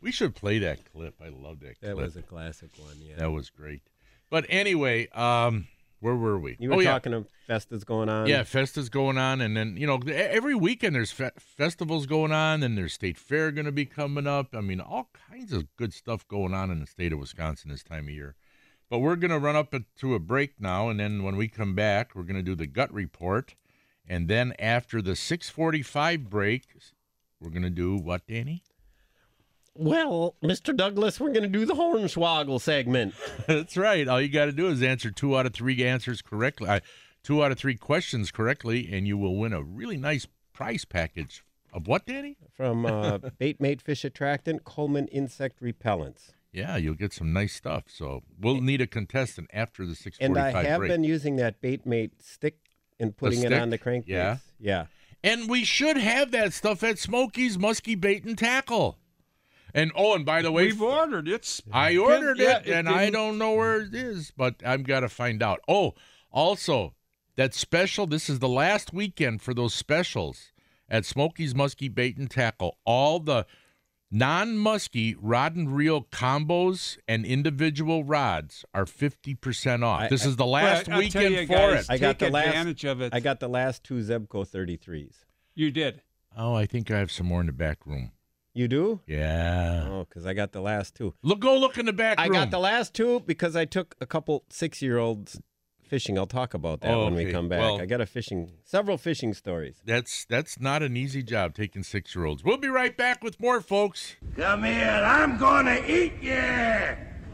Speaker 4: we should play that clip. I love that
Speaker 6: That
Speaker 4: clip.
Speaker 6: was a classic one. Yeah.
Speaker 4: That was great. But anyway, um, where were we?
Speaker 6: You were
Speaker 4: oh,
Speaker 6: talking of festas going on.
Speaker 4: Yeah. yeah, Festa's going on, and then you know e- every weekend there's fe- festivals going on, and there's state fair going to be coming up. I mean, all kinds of good stuff going on in the state of Wisconsin this time of year. But we're going to run up a- to a break now, and then when we come back, we're going to do the gut report, and then after the 6:45 break, we're going to do what, Danny?
Speaker 6: Well, Mr. Douglas, we're going to do the hornswoggle segment.
Speaker 4: That's right. All you got to do is answer two out of three answers correctly, uh, two out of three questions correctly, and you will win a really nice prize package of what, Danny?
Speaker 6: From uh, Baitmate Fish Attractant, Coleman Insect Repellents.
Speaker 4: Yeah, you'll get some nice stuff. So we'll need a contestant after the six
Speaker 6: And I
Speaker 4: forty-five
Speaker 6: have
Speaker 4: break.
Speaker 6: been using that Baitmate stick and putting it
Speaker 4: stick?
Speaker 6: on the crankbait.
Speaker 4: Yeah.
Speaker 6: Yeah.
Speaker 4: And we should have that stuff at Smokey's Muskie Bait and Tackle. And oh, and by the way,
Speaker 5: We've ordered it.
Speaker 4: I ordered
Speaker 5: Yeah,
Speaker 4: it,
Speaker 5: it
Speaker 4: and I
Speaker 5: didn't-
Speaker 4: don't know where it is, but I've got to find out. Oh, also, that special, this is the last weekend for those specials at Smokey's Muskie Bait and Tackle. All the non muskie rod and reel combos and individual rods are 50% off.
Speaker 6: I-
Speaker 4: this
Speaker 6: I-
Speaker 4: is the last
Speaker 5: Well, I'll tell
Speaker 4: weekend
Speaker 5: you
Speaker 4: for
Speaker 5: guys,
Speaker 4: it.
Speaker 6: I got
Speaker 5: Take
Speaker 6: the last-
Speaker 5: advantage of it.
Speaker 6: I got the last two Zebco 33s.
Speaker 5: You did.
Speaker 4: Oh, I think I have some more in the back room.
Speaker 6: You do?
Speaker 4: Yeah.
Speaker 6: Oh, because I got the last two.
Speaker 4: Look, go look in the Uh. back
Speaker 6: I
Speaker 4: room.
Speaker 6: got the last two because I took a couple six-year-olds fishing. I'll talk about that
Speaker 4: Oh,
Speaker 6: when we
Speaker 4: okay.
Speaker 6: come back.
Speaker 4: Well-
Speaker 6: I got a fishing, several fishing stories.
Speaker 4: That's that's not an easy job taking six year olds. We'll be right back with more, folks.
Speaker 8: Come here, I'm gonna eat you!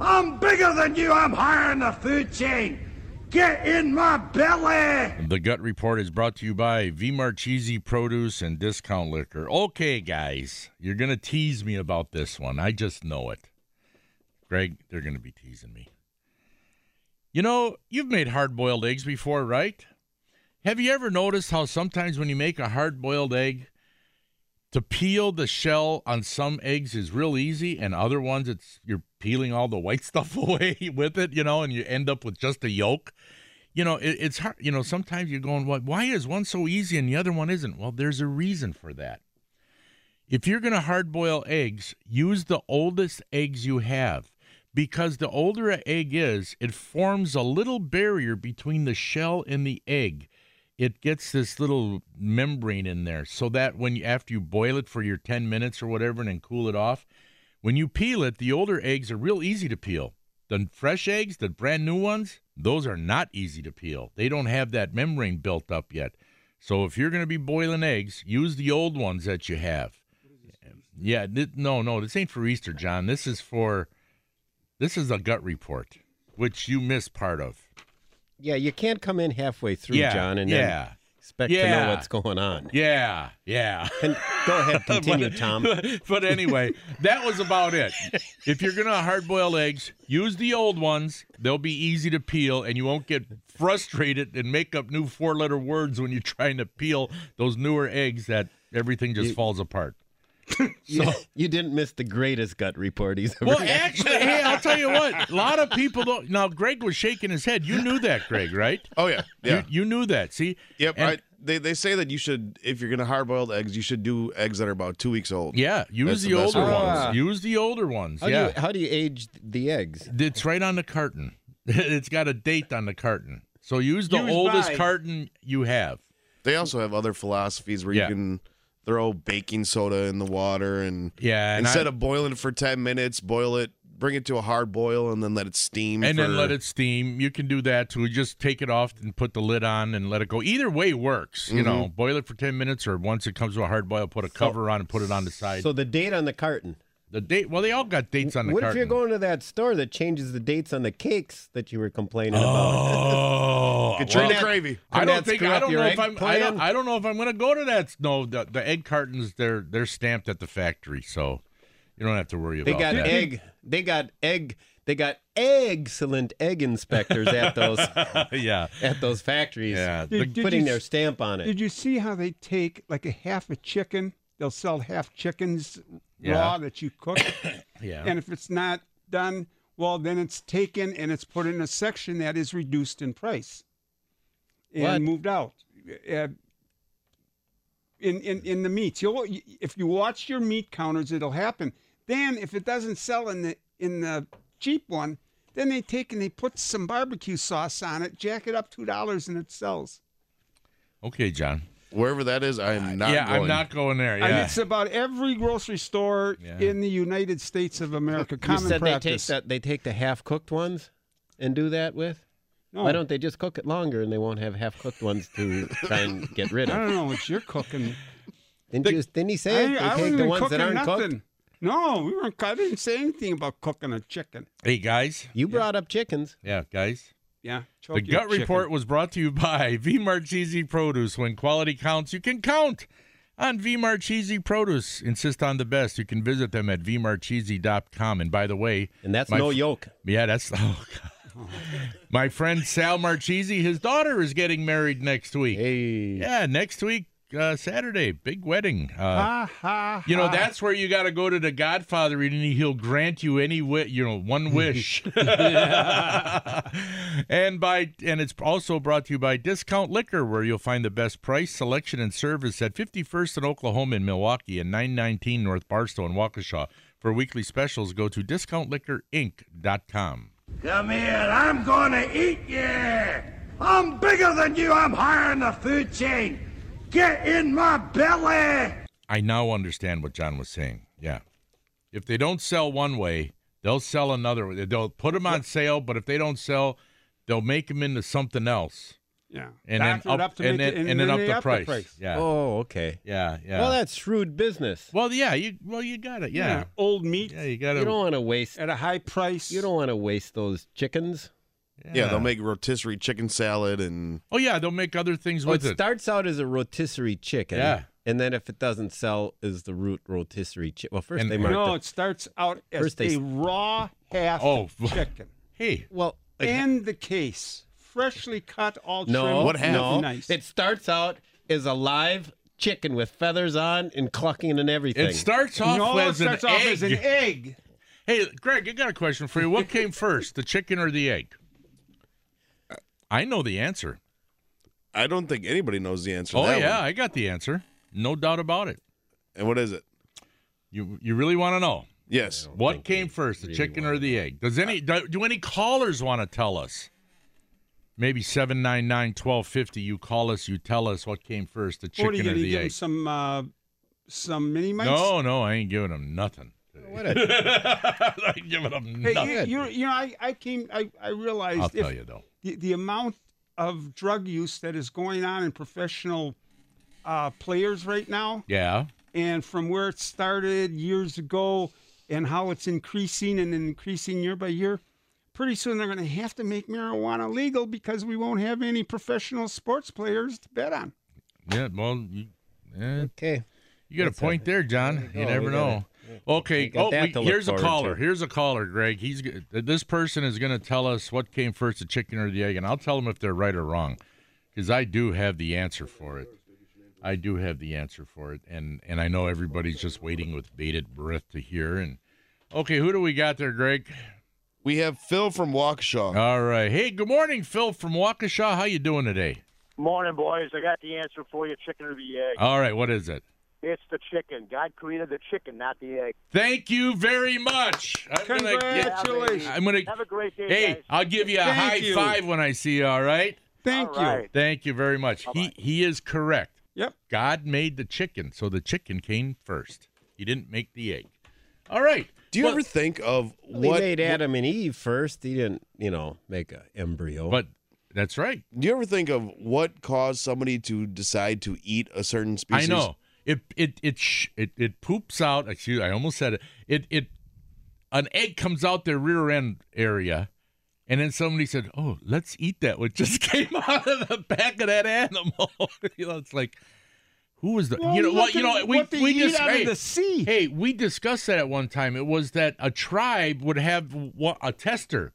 Speaker 8: I'm bigger than you, I'm higher in the food chain! Get in my belly!
Speaker 4: The Gut Report is brought to you by V Marchese Produce and Discount Liquor. Okay, guys, you're gonna tease me about this one. I just know it. Greg, they're gonna be teasing me. You know, you've made hard boiled eggs before, right? Have you ever noticed how sometimes when you make a hard boiled egg, to peel the shell on some eggs is real easy and other ones it's you're peeling all the white stuff away with it, you know, and you end up with just a yolk. you know, it, it's hard. You know, sometimes you're going, "Why- why is one so easy and the other one isn't? Well, there's a reason for that. If you're going to hard boil eggs, use the oldest eggs you have because the older an egg is, it forms a little barrier between the shell and the egg. It gets this little membrane in there so that when you, after you boil it for your 10 minutes or whatever and then cool it off, when you peel it, the older eggs are real easy to peel. The fresh eggs, the brand new ones, those are not easy to peel. They don't have that membrane built up yet. So if you're going to be boiling eggs, use the old ones that you have. Yeah, thi- no, no, this ain't for Easter, John. This is for this is a gut report, which you missed part of.
Speaker 6: Yeah, you can't come in halfway through,
Speaker 4: Yeah,
Speaker 6: John, and
Speaker 4: yeah.
Speaker 6: then expect to
Speaker 4: Yeah.
Speaker 6: know what's going on.
Speaker 4: Yeah, yeah.
Speaker 6: Con- go ahead, continue, Tom.
Speaker 4: but anyway, that was about it. If you're gonna hard boil eggs, use the old ones. They'll be easy to peel, and you won't get frustrated and make up new four letter words when you're trying to peel those newer eggs that everything just falls apart.
Speaker 6: You, you didn't miss the greatest gut report he's ever
Speaker 4: Well,
Speaker 6: had.
Speaker 4: actually, hey, I'll tell you what. A lot of people don't. Now, Greg was shaking his head. You knew that, Greg, right?
Speaker 7: Oh yeah, yeah,
Speaker 4: You, you knew that. See.
Speaker 7: yep.
Speaker 4: And-
Speaker 7: I, they they say that you should, if you're gonna hard boiled eggs, you should do eggs that are about two weeks old.
Speaker 4: Yeah, use
Speaker 7: That's
Speaker 4: the,
Speaker 7: the best
Speaker 4: older
Speaker 7: one.
Speaker 6: Ah.
Speaker 4: ones. Use the older ones.
Speaker 6: How,
Speaker 4: yeah.
Speaker 6: do you, how do you age the eggs?
Speaker 4: It's right on the carton. It's got a date on the carton. So use the
Speaker 5: Used
Speaker 4: oldest
Speaker 5: by-
Speaker 4: carton you have.
Speaker 7: They also have other philosophies where
Speaker 4: Yeah.
Speaker 7: you can throw baking soda in the water and
Speaker 4: Yeah, and
Speaker 7: instead
Speaker 4: I-
Speaker 7: of boiling it for ten minutes, boil it, bring it to a hard boil, and then let it steam.
Speaker 4: And then
Speaker 7: for-
Speaker 4: let it steam. You can do that too. Just take it off and put the lid on and let it go. Either way works. You
Speaker 6: Mm-hmm.
Speaker 4: know, boil it for 10 minutes or once it comes to a hard boil, put a cover on and put it on the side.
Speaker 6: So the date on the carton.
Speaker 4: the date, well, they all got dates on the
Speaker 6: what if
Speaker 4: carton.
Speaker 6: you're going to that store that changes the dates on the cakes that you were complaining about?
Speaker 4: Oh,
Speaker 7: Get your
Speaker 4: well,
Speaker 7: own gravy.
Speaker 4: I
Speaker 6: Couldn't
Speaker 4: don't
Speaker 6: that
Speaker 4: think
Speaker 6: screw
Speaker 4: I
Speaker 6: up
Speaker 4: don't
Speaker 6: your
Speaker 4: know if
Speaker 6: egg
Speaker 4: I'm I don't,
Speaker 6: plan?
Speaker 4: I don't know if I'm going to go to that. No, the, the egg cartons they're they're stamped at the factory, so you don't have to worry
Speaker 6: They
Speaker 4: about
Speaker 6: got
Speaker 4: that.
Speaker 6: egg. They got egg. They got excellent egg inspectors at those
Speaker 4: yeah,
Speaker 6: at those factories.
Speaker 4: yeah.
Speaker 5: Did-
Speaker 4: The-
Speaker 5: did
Speaker 6: putting
Speaker 5: you
Speaker 6: their
Speaker 5: s-
Speaker 6: stamp on it.
Speaker 5: Did you see how they take like a half a chicken? They'll sell half chickens
Speaker 4: Yeah.
Speaker 5: raw that you cook,
Speaker 4: yeah.
Speaker 5: and if it's not done, well, then it's taken and it's put in a section that is reduced in price and
Speaker 6: What?
Speaker 5: moved out. Uh, in, in in the meats, you'll if you watch your meat counters, it'll happen. Then if it doesn't sell in the in the cheap one, then they take and they put some barbecue sauce on it, jack it up two dollars, and it sells.
Speaker 4: okay, John.
Speaker 7: wherever that is, I am not.
Speaker 4: Uh, yeah,
Speaker 7: going.
Speaker 4: I'm not going there.
Speaker 5: And
Speaker 4: Yeah.
Speaker 5: it's about every grocery store in the United States of America.
Speaker 6: You
Speaker 5: Common
Speaker 6: said they take
Speaker 5: practice.
Speaker 6: that. They take the half cooked ones and do that with.
Speaker 5: No,
Speaker 6: Why don't they just cook it longer and they won't have half cooked ones to try and get rid
Speaker 5: I
Speaker 6: of?
Speaker 5: don't know what you're cooking.
Speaker 6: Didn't, you, didn't he say it? They
Speaker 5: I, I
Speaker 6: take
Speaker 5: wasn't
Speaker 6: the
Speaker 5: even
Speaker 6: ones
Speaker 5: cooking
Speaker 6: that aren't
Speaker 5: nothing.
Speaker 6: cooked.
Speaker 5: No, we weren't. I didn't say anything about cooking a chicken.
Speaker 4: hey, guys.
Speaker 6: You brought up chickens.
Speaker 4: Yeah, guys.
Speaker 5: Yeah,
Speaker 4: The
Speaker 5: choke your
Speaker 4: gut
Speaker 5: chicken.
Speaker 4: report was brought to you by V Marchese Produce. When quality counts, you can count on V Marchese Produce. Insist on the best. You can visit them at vmarchese.com. And by the way,
Speaker 6: And that's
Speaker 4: my
Speaker 6: no
Speaker 4: f-
Speaker 6: yolk.
Speaker 4: Yeah, that's oh god. My friend Sal Marchese, his daughter is getting married next week.
Speaker 6: Hey.
Speaker 4: Yeah, next week, uh, Saturday, big wedding. Uh,
Speaker 5: Ha ha.
Speaker 4: you know,
Speaker 5: ha.
Speaker 4: that's where you got to go to the Godfather, and he'll grant you any wi- you know one wish. and by and it's also brought to you by Discount Liquor, where you'll find the best price, selection, and service at 51st and Oklahoma in Milwaukee and 919 North Barstow in Waukesha. For weekly specials, go to discountliquorinc.com.
Speaker 8: Come here, I'm gonna eat you! I'm bigger than you, I'm higher in the food chain! Get in my belly!
Speaker 4: I now understand what John was saying. Yeah. If they don't sell one way, they'll sell another way. They'll put them on sale, but if they don't sell, they'll make them into something else.
Speaker 5: Yeah.
Speaker 4: And
Speaker 5: Doctor it
Speaker 4: then up,
Speaker 5: to
Speaker 4: and
Speaker 5: make
Speaker 4: then,
Speaker 5: it-
Speaker 4: and then up
Speaker 5: they
Speaker 4: the price. Yeah.
Speaker 6: Oh, okay.
Speaker 4: Yeah. Yeah.
Speaker 6: Well, that's shrewd business.
Speaker 4: Well, yeah, you well you got it. Yeah.
Speaker 5: Old meat
Speaker 4: Yeah, you got
Speaker 6: You
Speaker 4: to
Speaker 6: don't want to waste.
Speaker 5: at a high price.
Speaker 6: You don't want to waste those chickens.
Speaker 7: Yeah, they'll make rotisserie chicken salad and
Speaker 4: Oh yeah, they'll make other things
Speaker 6: Well, it
Speaker 4: with it.
Speaker 6: starts out as a rotisserie chicken.
Speaker 4: Yeah.
Speaker 6: And then if it doesn't sell, is the root rotisserie chicken? Well, first
Speaker 4: And-
Speaker 6: they
Speaker 4: and-
Speaker 6: mark
Speaker 5: No,
Speaker 6: the-
Speaker 5: it starts out as
Speaker 6: First they-
Speaker 5: a raw half
Speaker 4: Oh.
Speaker 5: chicken.
Speaker 4: Hey,
Speaker 6: well, like-
Speaker 5: and the case, freshly cut, all
Speaker 6: no,
Speaker 5: trimmed.
Speaker 7: What half?
Speaker 6: no.
Speaker 5: Nice.
Speaker 6: It starts out as a live chicken with feathers on and clucking and everything.
Speaker 4: it starts off
Speaker 5: no, it
Speaker 4: as
Speaker 5: starts
Speaker 4: an
Speaker 5: off
Speaker 4: egg.
Speaker 5: as an egg.
Speaker 4: Hey, Greg, I got a question for you. What came first, the chicken or the egg? I know the answer.
Speaker 7: I don't think anybody knows the answer. to
Speaker 4: Oh
Speaker 7: that
Speaker 4: yeah,
Speaker 7: one.
Speaker 4: I got the answer. No doubt about it.
Speaker 7: And what is it?
Speaker 4: You you really want to know
Speaker 7: Yes.
Speaker 4: what came first, the chicken or the egg? Does any do, do any callers want to tell us? Maybe 799-1250, you call us, you tell us what came first, the
Speaker 5: What are you
Speaker 4: chicken or
Speaker 5: gonna
Speaker 4: the
Speaker 5: give him
Speaker 4: egg?
Speaker 5: some uh, some mini mites?
Speaker 4: No, no, I ain't giving them nothing.
Speaker 5: Oh,
Speaker 6: What a-
Speaker 4: I ain't giving them
Speaker 5: Hey,
Speaker 4: nothing.
Speaker 5: you, you're- you know, I, I came, I, I realized
Speaker 4: I'll
Speaker 5: if
Speaker 4: tell you though.
Speaker 5: the, the amount of drug use that is going on in professional uh, players right now,
Speaker 4: Yeah.
Speaker 5: and from where it started years ago, and how it's increasing and increasing year by year, pretty soon they're going to have to make marijuana legal because we won't have any professional sports players to bet on.
Speaker 4: Yeah. Well, you, eh,
Speaker 6: okay.
Speaker 4: you got a point there, John. You
Speaker 6: go.
Speaker 4: never
Speaker 6: Oh, We
Speaker 4: know.
Speaker 6: gotta-
Speaker 4: Okay.
Speaker 6: got
Speaker 4: Oh,
Speaker 6: that
Speaker 4: we-
Speaker 6: to look
Speaker 4: here's a
Speaker 6: forward
Speaker 4: caller.
Speaker 6: to.
Speaker 4: Here's a caller, Greg. He's g- this person is going to tell us what came first, the chicken or the egg, and I'll tell them if they're right or wrong, because I do have the answer for it. I do have the answer for it, and and I know everybody's just waiting with bated breath to hear. And okay, who do we got there, Greg?
Speaker 7: We have Phil from Waukesha.
Speaker 4: All right. Hey, good morning, Phil from Waukesha. How you doing today?
Speaker 9: Morning, boys. I got the answer for you: chicken or the egg.
Speaker 4: All right. What is it?
Speaker 9: It's the chicken. God created the chicken, not the egg.
Speaker 4: Thank you very much. I'm gonna get,
Speaker 5: Congratulations.
Speaker 4: I'm gonna.
Speaker 9: Have a great day,
Speaker 4: Hey,
Speaker 9: guys.
Speaker 4: I'll give you a
Speaker 5: Thank
Speaker 4: high
Speaker 5: you.
Speaker 4: five when I see you. All right.
Speaker 5: Thank
Speaker 9: All right.
Speaker 5: you.
Speaker 4: Thank you very much. He he is correct.
Speaker 5: Yep.
Speaker 4: God made the chicken, so the chicken came first. He didn't make the egg. All right.
Speaker 7: Do you
Speaker 4: Well,
Speaker 7: ever think of
Speaker 6: Well, he
Speaker 7: what?
Speaker 6: made Adam and Eve first. He didn't, you know, make a embryo.
Speaker 4: But that's right.
Speaker 7: Do you ever think of what caused somebody to decide to eat a certain
Speaker 4: I
Speaker 7: species?
Speaker 4: know. It it it sh- it it poops out. Excuse, I almost said it. It it an egg comes out their rear end area, and then somebody said, "Oh, let's eat that," which just came out of the back of that animal. you know, it's like, who was the? you know
Speaker 5: look
Speaker 4: what? You
Speaker 5: at
Speaker 4: know, we
Speaker 5: what they
Speaker 4: we
Speaker 5: eat
Speaker 4: just
Speaker 5: out
Speaker 4: hey,
Speaker 5: of the sea.
Speaker 4: hey, we discussed that at one time. It was that a tribe would have wa- a tester.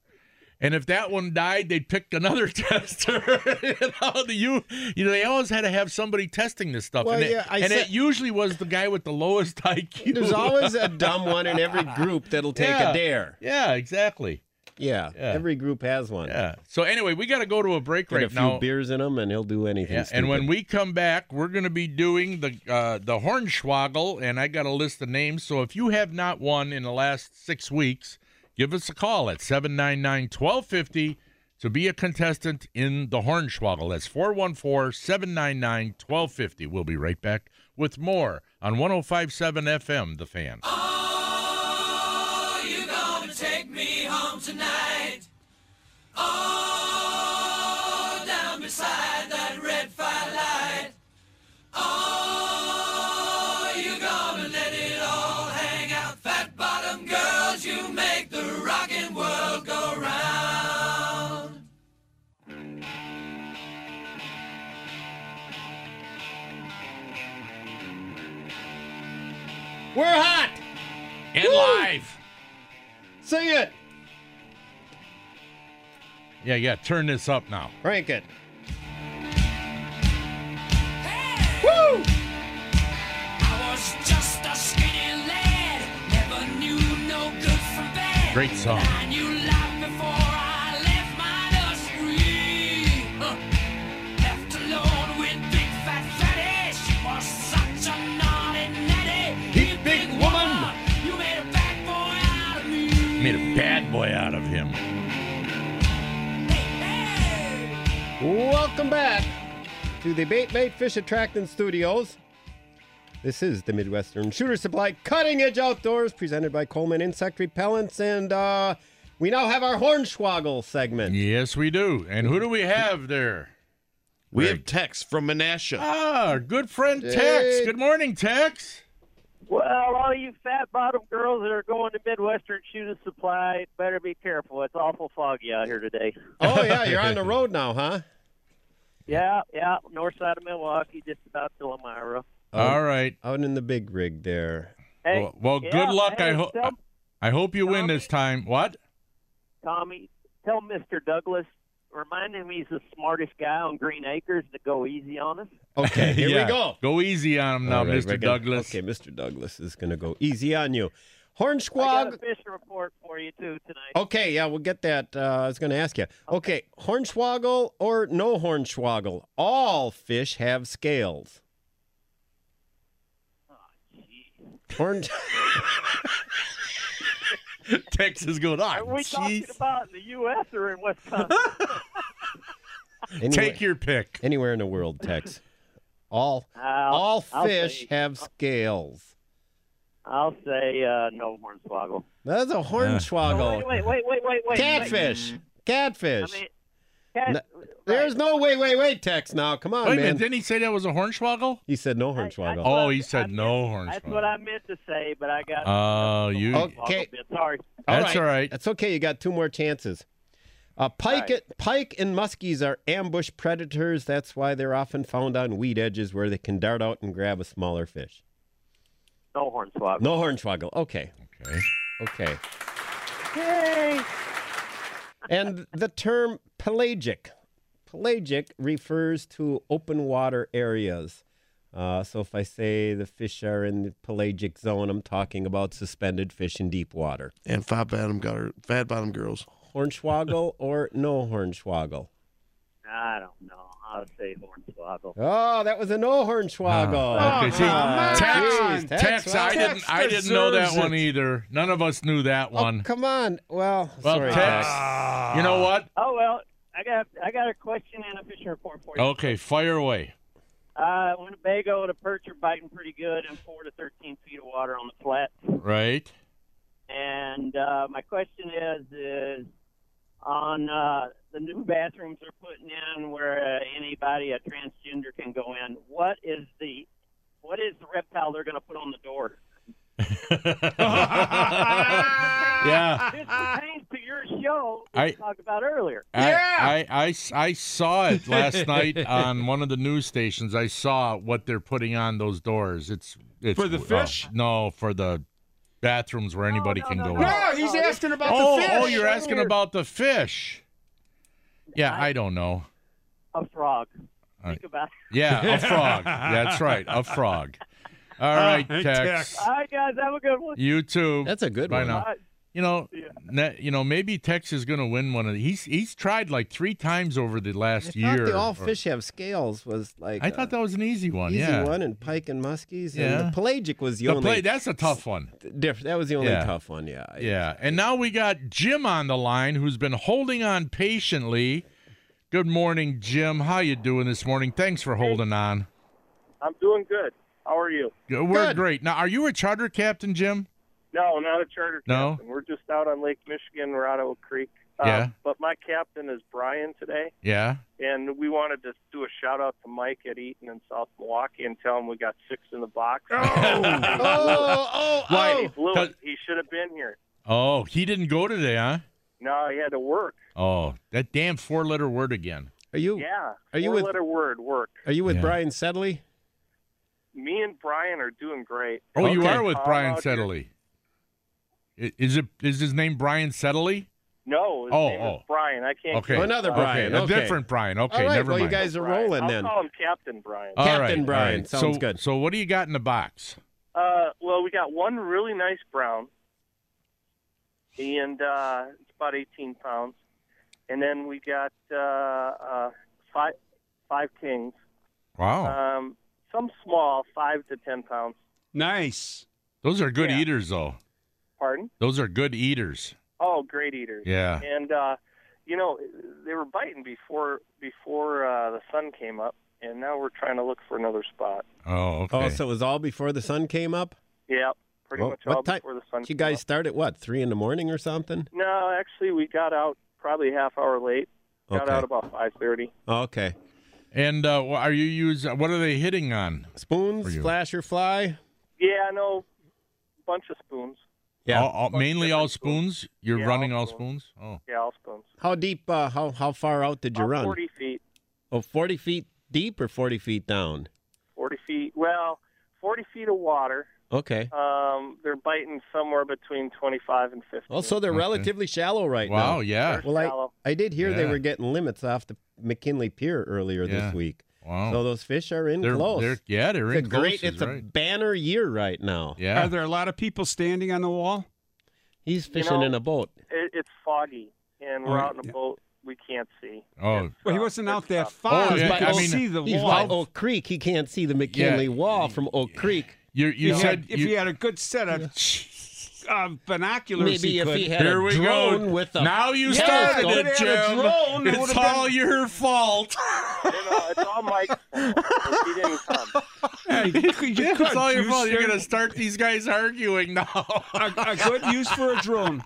Speaker 4: And if that one died, they'd pick another tester. you, know, the, you, you know, they always had to have somebody testing this stuff.
Speaker 6: Well,
Speaker 4: and it,
Speaker 6: yeah, I
Speaker 4: and
Speaker 6: said-
Speaker 4: it usually was the guy with the lowest IQ.
Speaker 6: There's always a dumb one in every group that'll take
Speaker 4: Yeah.
Speaker 6: a dare.
Speaker 4: Yeah, exactly.
Speaker 6: Yeah. Every group has one.
Speaker 4: Yeah. So anyway, we got to go to a break
Speaker 6: Get
Speaker 4: right
Speaker 6: a few
Speaker 4: now.
Speaker 6: beers in him, and he'll do anything.
Speaker 4: Yeah, and when
Speaker 6: stupid.
Speaker 4: we come back, we're going to be doing the uh, the Hornswoggle, and I got a list of names. So if you have not won in the last six weeks, give us a call at 799 1250 to be a contestant in the Hornswoggle. That's 414 799 1250. We'll be right back with more on 1057 FM, The Fan.
Speaker 6: we're hot,
Speaker 4: And live!
Speaker 6: sing it,
Speaker 4: Yeah, yeah, turn this up now.
Speaker 6: crank it.
Speaker 4: Great song.
Speaker 6: big woman.
Speaker 4: Made a bad boy out of him.
Speaker 6: Welcome back to the Bait Bait Fish Attracting Studios. This is the Midwestern Shooter Supply Cutting Edge Outdoors presented by Coleman Insect Repellents. And uh, we now have our Hornswoggle segment.
Speaker 4: Yes, we do. And who do we have there?
Speaker 7: We have text from Menasha.
Speaker 4: Ah, our good friend Tex.
Speaker 6: Hey.
Speaker 4: Good morning, Tex.
Speaker 9: Well, all you fat bottom girls that are going to Midwestern Shooting Supply, better be careful. It's awful foggy out here today.
Speaker 6: Oh, yeah, you're on the road now, huh?
Speaker 9: Yeah, yeah, north side of Milwaukee, just about to Elmira.
Speaker 4: All right.
Speaker 6: Out in the big rig there.
Speaker 9: Hey,
Speaker 4: well, well,
Speaker 9: yeah,
Speaker 4: good luck.
Speaker 9: hey,
Speaker 4: I hope
Speaker 9: tell,
Speaker 4: I hope you win this time. What?
Speaker 9: Tommy, tell Mr. Douglas, remind him he's the smartest guy on Green Acres to go easy on us.
Speaker 6: Okay, here
Speaker 4: Yeah.
Speaker 6: we go.
Speaker 4: Go easy on him now,
Speaker 6: All right,
Speaker 4: mister
Speaker 6: we're gonna-
Speaker 4: Douglas.
Speaker 6: Okay, Mr. Douglas is going to go easy on you. Horn
Speaker 9: I got a
Speaker 6: Squog.
Speaker 9: fishing report for you too tonight.
Speaker 6: Okay, yeah, we'll get that. Uh, I was going to ask you. Okay, Hornswoggle or no Hornswoggle? All fish have scales.
Speaker 9: Ah,
Speaker 6: Horn.
Speaker 4: Tex is going on.
Speaker 9: Are we talking about in the U.S. or in Wisconsin?
Speaker 6: anywhere,
Speaker 4: Take your pick.
Speaker 6: anywhere in the world, Tex. All
Speaker 9: I'll,
Speaker 6: all
Speaker 9: I'll
Speaker 6: fish
Speaker 9: say-
Speaker 6: have scales.
Speaker 9: I'll say uh, no hornswoggle.
Speaker 6: That's
Speaker 4: Uh,
Speaker 6: a
Speaker 9: Oh,
Speaker 6: Hornswoggle.
Speaker 9: wait, wait, wait, wait, wait, wait.
Speaker 6: Catfish.
Speaker 9: I
Speaker 6: Catfish.
Speaker 9: mean, cat,
Speaker 6: No, There's no way, wait, wait, Tex. Now, come on,
Speaker 4: Wait a
Speaker 6: man.
Speaker 4: minute. Didn't he say that was a hornswoggle?
Speaker 6: He said no
Speaker 9: I-
Speaker 6: Hornswoggle.
Speaker 4: Oh, he
Speaker 9: I-
Speaker 4: said
Speaker 9: I-
Speaker 4: no hornswoggle.
Speaker 9: That's what I meant to say, but I got.
Speaker 4: Oh, you.
Speaker 6: Okay.
Speaker 9: hornswoggle bit. Sorry.
Speaker 4: That's all right.
Speaker 6: That's okay. You got two more chances. Uh, pike,
Speaker 9: right.
Speaker 6: pike and muskies are ambush predators. That's why they're often found on weed edges where they can dart out and grab a smaller fish.
Speaker 9: No hornswoggle.
Speaker 6: No hornswoggle. Okay.
Speaker 4: Okay.
Speaker 6: Okay.
Speaker 9: Yay.
Speaker 6: and the term pelagic. Pelagic refers to open water areas. Uh, so if I say the fish are in the pelagic zone, I'm talking about suspended fish in deep water.
Speaker 7: And fat bottom, gar- fat bottom girls.
Speaker 6: Hornswoggle or no hornswoggle?
Speaker 9: I don't know. I'll say hornswoggle.
Speaker 6: Oh, that was a no hornswoggle.
Speaker 4: Ah, Okay, see,
Speaker 5: man.
Speaker 4: Tex,
Speaker 6: Jeez,
Speaker 4: Tex,
Speaker 6: Tex,
Speaker 4: I
Speaker 6: wow.
Speaker 4: didn't, I
Speaker 5: Tex
Speaker 4: didn't know that
Speaker 5: deserves
Speaker 4: one
Speaker 5: it.
Speaker 4: either. None of us knew that
Speaker 6: Oh,
Speaker 4: one.
Speaker 6: come on. Well,
Speaker 4: well,
Speaker 6: sorry,
Speaker 4: Tex, you know what?
Speaker 9: Oh well, I got I got a question and a fishing report for you.
Speaker 4: Okay, fire away.
Speaker 9: Uh, Winnebago, the perch are biting pretty good in four to thirteen feet of water on the flat.
Speaker 4: Right.
Speaker 9: And uh, my question is, is on uh, the new bathrooms they're putting in where uh, anybody a transgender can go in. What is the what is the reptile they're going to put on the door?
Speaker 4: yeah.
Speaker 9: This pertains to your show we
Speaker 4: I-
Speaker 9: talked about earlier.
Speaker 4: I, I, I s- I saw it last night on one of the news stations. I saw what they're putting on those doors. It's, it's
Speaker 5: For the
Speaker 4: oh,
Speaker 5: fish?
Speaker 4: no, for the bathrooms where anybody
Speaker 9: no,
Speaker 4: can
Speaker 9: no,
Speaker 4: go
Speaker 9: no.
Speaker 4: in.
Speaker 5: No, he's asking about
Speaker 4: Oh,
Speaker 5: the fish.
Speaker 4: oh, you're asking
Speaker 9: Sure.
Speaker 4: about the fish. Yeah, I,
Speaker 9: I-
Speaker 4: don't know.
Speaker 9: A frog.
Speaker 4: All right.
Speaker 9: Think about. It.
Speaker 4: Yeah, a frog. That's right, a frog. All right,
Speaker 5: hey,
Speaker 4: Ah, Tex.
Speaker 5: Tex.
Speaker 9: All right, guys, have a good one.
Speaker 4: You too.
Speaker 6: That's a good
Speaker 4: Bye
Speaker 6: one.
Speaker 4: now.
Speaker 9: All
Speaker 4: You know, ne- you know, maybe Tex is going to win one of these. He's he's tried like three times over the
Speaker 6: I
Speaker 4: last
Speaker 6: thought
Speaker 4: year.
Speaker 6: the all
Speaker 4: or-
Speaker 6: fish have scales was like
Speaker 4: I thought that was an easy one.
Speaker 6: easy
Speaker 4: yeah.
Speaker 6: one, and pike and muskies. And
Speaker 4: Yeah.
Speaker 6: the pelagic was the,
Speaker 4: The
Speaker 6: only
Speaker 4: play that's a tough one.
Speaker 6: diff- That was the only
Speaker 4: Yeah.
Speaker 6: tough one. Yeah.
Speaker 4: Yeah. And now we got Jim on the line who's been holding on patiently. Good morning, Jim. How you doing this morning? Thanks for holding on.
Speaker 9: I'm doing good. How are you?
Speaker 4: Good- We're
Speaker 6: Good.
Speaker 4: great. Now, are you a charter captain, Jim?
Speaker 9: No, not a charter.
Speaker 4: No?
Speaker 9: captain. We're just out on Lake Michigan. We're out of Oak Creek. Uh,
Speaker 4: Yeah.
Speaker 9: But my captain is Brian today,
Speaker 4: Yeah.
Speaker 9: and we wanted to do a shout out to Mike at Eaton in South Milwaukee and tell him we got six in the box.
Speaker 6: Oh, oh,
Speaker 4: Why?
Speaker 6: oh.
Speaker 9: He blew
Speaker 4: Does-
Speaker 9: it. He should have been here.
Speaker 4: Oh, he didn't go today, huh?
Speaker 9: No, he had to work.
Speaker 4: Oh, that damn four letter word again.
Speaker 6: Are you
Speaker 9: Yeah.
Speaker 6: Are you
Speaker 9: Four
Speaker 6: with-
Speaker 9: letter word work?
Speaker 6: are you with
Speaker 4: Yeah.
Speaker 6: Brian Sedley?
Speaker 9: Me and Brian are doing great.
Speaker 4: Oh, you
Speaker 6: Okay.
Speaker 4: are with
Speaker 9: Oh,
Speaker 4: Brian
Speaker 9: okay.
Speaker 4: Settley. I- Is it is his name Brian Settley?
Speaker 9: No, his
Speaker 4: Oh,
Speaker 9: name is
Speaker 4: oh.
Speaker 9: Brian. I can't.
Speaker 4: Okay.
Speaker 6: Oh, another
Speaker 9: Uh,
Speaker 6: Brian.
Speaker 4: Okay, a
Speaker 6: okay.
Speaker 4: different Brian. Okay,
Speaker 6: all right.
Speaker 4: never
Speaker 6: well,
Speaker 4: mind.
Speaker 6: you guys are
Speaker 9: Brian.
Speaker 6: rolling
Speaker 9: I'll
Speaker 6: then.
Speaker 9: call him Captain Brian.
Speaker 4: All
Speaker 6: Captain
Speaker 4: right, all
Speaker 6: Brian.
Speaker 4: right.
Speaker 6: Sounds
Speaker 4: so,
Speaker 6: good.
Speaker 4: So, what do you got in the box?
Speaker 9: Uh, well, we got one really nice brown, and uh, it's about 18 pounds. And then we got uh, uh, five five kings,
Speaker 6: Oh.
Speaker 4: Wow,
Speaker 10: Uh,
Speaker 9: um, some small, five to 10 pounds.
Speaker 5: Nice.
Speaker 4: those are good
Speaker 9: yeah.
Speaker 4: eaters, though.
Speaker 9: Pardon?
Speaker 4: Those are good eaters.
Speaker 9: Oh, great eaters.
Speaker 4: Yeah.
Speaker 9: And uh, you know, they were biting before before uh, the sun came up,
Speaker 10: and now we're trying to look for another spot.
Speaker 4: Oh, okay.
Speaker 6: Oh, so it was all before the sun came up?
Speaker 10: Yeah, pretty
Speaker 6: Well,
Speaker 10: much
Speaker 6: what
Speaker 10: all
Speaker 6: time-
Speaker 10: before the sun.
Speaker 6: Did you
Speaker 10: came
Speaker 6: guys
Speaker 10: up.
Speaker 6: start at what, three in the morning or something?
Speaker 10: No, actually, we got out probably half hour late. Got
Speaker 6: Okay.
Speaker 10: out about five thirty.
Speaker 6: Oh, Okay.
Speaker 4: And uh, wh- are you use what are they hitting on?
Speaker 6: Spoons,
Speaker 4: For you.
Speaker 6: flash or fly?
Speaker 10: Yeah, no, bunch of spoons.
Speaker 6: Yeah.
Speaker 4: All- all- mainly all spoons. You're
Speaker 10: Yeah,
Speaker 4: running
Speaker 10: all
Speaker 4: all
Speaker 10: spoons.
Speaker 4: spoons. Oh,
Speaker 10: Yeah, all spoons.
Speaker 6: How deep, uh, how, how far out did you
Speaker 10: About
Speaker 6: run?
Speaker 10: Forty feet.
Speaker 6: Oh, 40 feet deep or 40 feet down?
Speaker 10: Forty feet. Well, forty feet of water.
Speaker 6: Okay.
Speaker 10: Um, they're biting somewhere between twenty-five and fifty.
Speaker 6: Also, they're
Speaker 4: Okay.
Speaker 6: relatively shallow right
Speaker 4: wow,
Speaker 6: now.
Speaker 4: yeah,
Speaker 10: They're
Speaker 6: Well,
Speaker 10: shallow.
Speaker 6: I, I did hear they
Speaker 4: Yeah.
Speaker 6: were getting limits off the McKinley Pier earlier
Speaker 4: Yeah.
Speaker 6: this week.
Speaker 4: wow.
Speaker 6: So those fish are in
Speaker 4: they're,
Speaker 6: close.
Speaker 4: they're yeah, they're
Speaker 6: it's a
Speaker 4: in close.
Speaker 6: great, it's a
Speaker 4: right?
Speaker 6: banner year right now.
Speaker 4: yeah.
Speaker 5: Are there a lot of people standing on the wall?
Speaker 6: He's fishing
Speaker 10: know-
Speaker 6: in a boat.
Speaker 10: It, it's foggy, and we're
Speaker 5: Oh,
Speaker 10: out in a
Speaker 5: yeah.
Speaker 10: boat. We can't see.
Speaker 4: oh,
Speaker 5: Well, he
Speaker 10: Tough.
Speaker 5: wasn't
Speaker 10: It's
Speaker 5: out that
Speaker 10: tough.
Speaker 5: far.
Speaker 4: Oh, yeah,
Speaker 5: but
Speaker 4: I
Speaker 5: you
Speaker 4: mean, oh,
Speaker 5: see the
Speaker 6: He's
Speaker 5: wall.
Speaker 6: by Oak Creek. He can't see the McKinley wall from Oak Creek.
Speaker 4: you you
Speaker 5: Yeah,
Speaker 4: said
Speaker 5: if
Speaker 4: you,
Speaker 5: he had a good set of uh, binoculars,
Speaker 6: Maybe
Speaker 5: he
Speaker 6: if
Speaker 5: could.
Speaker 6: he had
Speaker 4: here
Speaker 6: a
Speaker 4: we
Speaker 6: drone
Speaker 4: go.
Speaker 6: with a
Speaker 4: now you
Speaker 6: Yeah,
Speaker 4: started
Speaker 6: if
Speaker 4: it,
Speaker 5: it had a
Speaker 4: Jim.
Speaker 5: drone, it
Speaker 4: it's
Speaker 5: would've
Speaker 4: all your fault.
Speaker 10: You know, uh, it's all Mike's fault. He didn't come.
Speaker 5: Yeah, you could- you
Speaker 4: it's
Speaker 5: could.
Speaker 4: all your
Speaker 5: You
Speaker 4: fault. You're
Speaker 5: sure-
Speaker 4: gonna start these guys arguing now.
Speaker 5: a, a good use for a drone.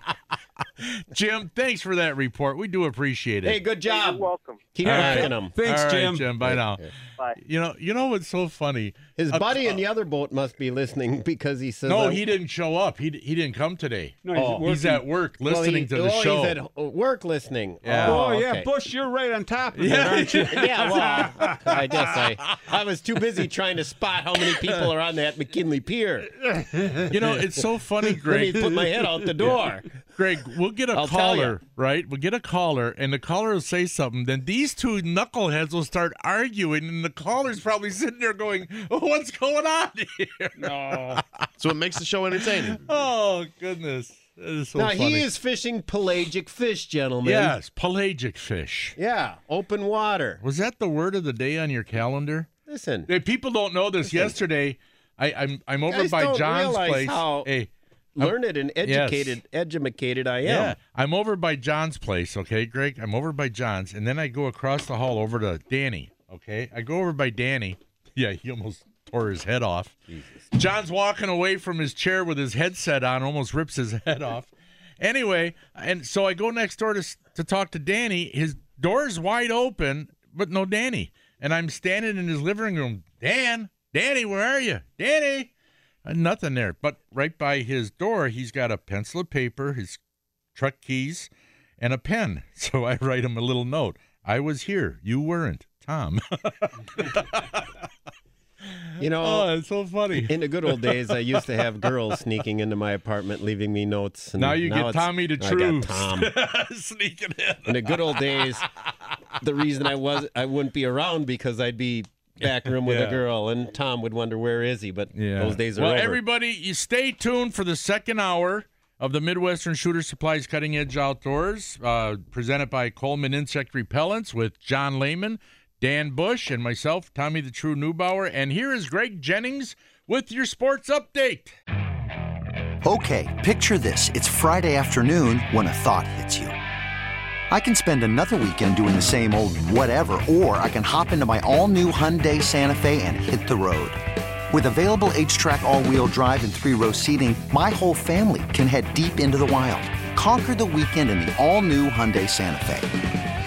Speaker 4: Jim, thanks for that report. We do appreciate it.
Speaker 6: Hey, good
Speaker 10: You're
Speaker 6: job.
Speaker 10: welcome.
Speaker 6: Keep
Speaker 4: All right.
Speaker 6: rocking him.
Speaker 5: Thanks,
Speaker 4: All right,
Speaker 5: Jim.
Speaker 4: Jim, bye now.
Speaker 10: Bye.
Speaker 4: You know, you know what's so funny?
Speaker 6: His
Speaker 4: Uh,
Speaker 6: buddy in the other boat must be listening because he says,
Speaker 4: No,
Speaker 6: I-
Speaker 4: he didn't show up. He d- he didn't come today. Oh.
Speaker 5: No, he's at
Speaker 4: he's
Speaker 5: work.
Speaker 4: at work
Speaker 6: well,
Speaker 4: listening
Speaker 6: he's-
Speaker 4: to the
Speaker 6: oh,
Speaker 4: show.
Speaker 6: He's at h- work listening.
Speaker 4: Yeah.
Speaker 5: Oh,
Speaker 6: Oh,
Speaker 5: yeah,
Speaker 6: okay.
Speaker 5: Bush, you're right on top of it,
Speaker 4: Yeah.
Speaker 5: aren't you?
Speaker 6: yeah, well, I guess I I was too busy trying to spot how many people are on that McKinley Pier.
Speaker 4: you know, it's so funny,
Speaker 6: Let me
Speaker 4: Greg.
Speaker 6: put my head out the door.
Speaker 4: Greg, we'll get a
Speaker 6: I'll tell
Speaker 4: caller, right? We'll get a caller, and the caller will say something. Then these two knuckleheads will start arguing, and the caller's probably sitting there going, oh, "What's going on here?"
Speaker 7: So it makes the show entertaining.
Speaker 4: Oh goodness, that is so
Speaker 6: now
Speaker 4: funny.
Speaker 6: he is fishing pelagic fish, gentlemen.
Speaker 4: yes, pelagic fish.
Speaker 6: Yeah, open water.
Speaker 4: Was that the word of the day on your calendar?
Speaker 6: Listen,
Speaker 4: Hey, people don't know this. Yesterday, I, I'm I'm over
Speaker 6: Guys
Speaker 4: by
Speaker 6: don't
Speaker 4: John's
Speaker 6: realize
Speaker 4: place.
Speaker 6: how-
Speaker 4: hey,
Speaker 6: learned and educated, edumacated I am.
Speaker 4: yeah, I'm over by John's place. Okay, Greg, I'm over by John's, and then I go across the hall over to Danny. Okay, I go over by Danny. Yeah, he almost tore his head off. John's walking away from his chair with his headset on, almost rips his head off. Anyway, and so I go next door to s- to talk to Danny. His door's wide open, but no Danny. And I'm standing in his living room. Dan, Danny, where are you? Danny, Uh, nothing there. But right by his door, he's got a pencil of paper, his truck keys, and a pen. So I write him a little note. I was here. You weren't, Tom.
Speaker 6: You know,
Speaker 4: oh, it's so funny.
Speaker 6: in the good old days, I used to have girls sneaking into my apartment, leaving me notes. And
Speaker 4: Now you get
Speaker 6: it's-
Speaker 4: Tommy to
Speaker 6: I got
Speaker 4: Truce.
Speaker 6: Tom.
Speaker 4: Sneaking in.
Speaker 6: In the good old days, the reason I was I wouldn't be around because I'd be back room with
Speaker 4: Yeah.
Speaker 6: a girl, and Tom would wonder where is he. But those days are
Speaker 4: well,
Speaker 6: over.
Speaker 4: everybody, you stay tuned for the second hour of the Midwestern Shooter Supplies Cutting Edge Outdoors, uh, presented by Coleman Insect Repellents with John Lehman, Dan Bush, and myself, Tommy the True Newbauer. And here is Greg Jennings with your sports update.
Speaker 11: Okay, picture this. It's Friday afternoon when a thought hits you. I can spend another weekend doing the same old whatever, or I can hop into my all new Hyundai Santa Fe and hit the road. With available H track, all wheel drive, and three row seating, my whole family can head deep into the wild. Conquer the weekend in the all new Hyundai Santa Fe.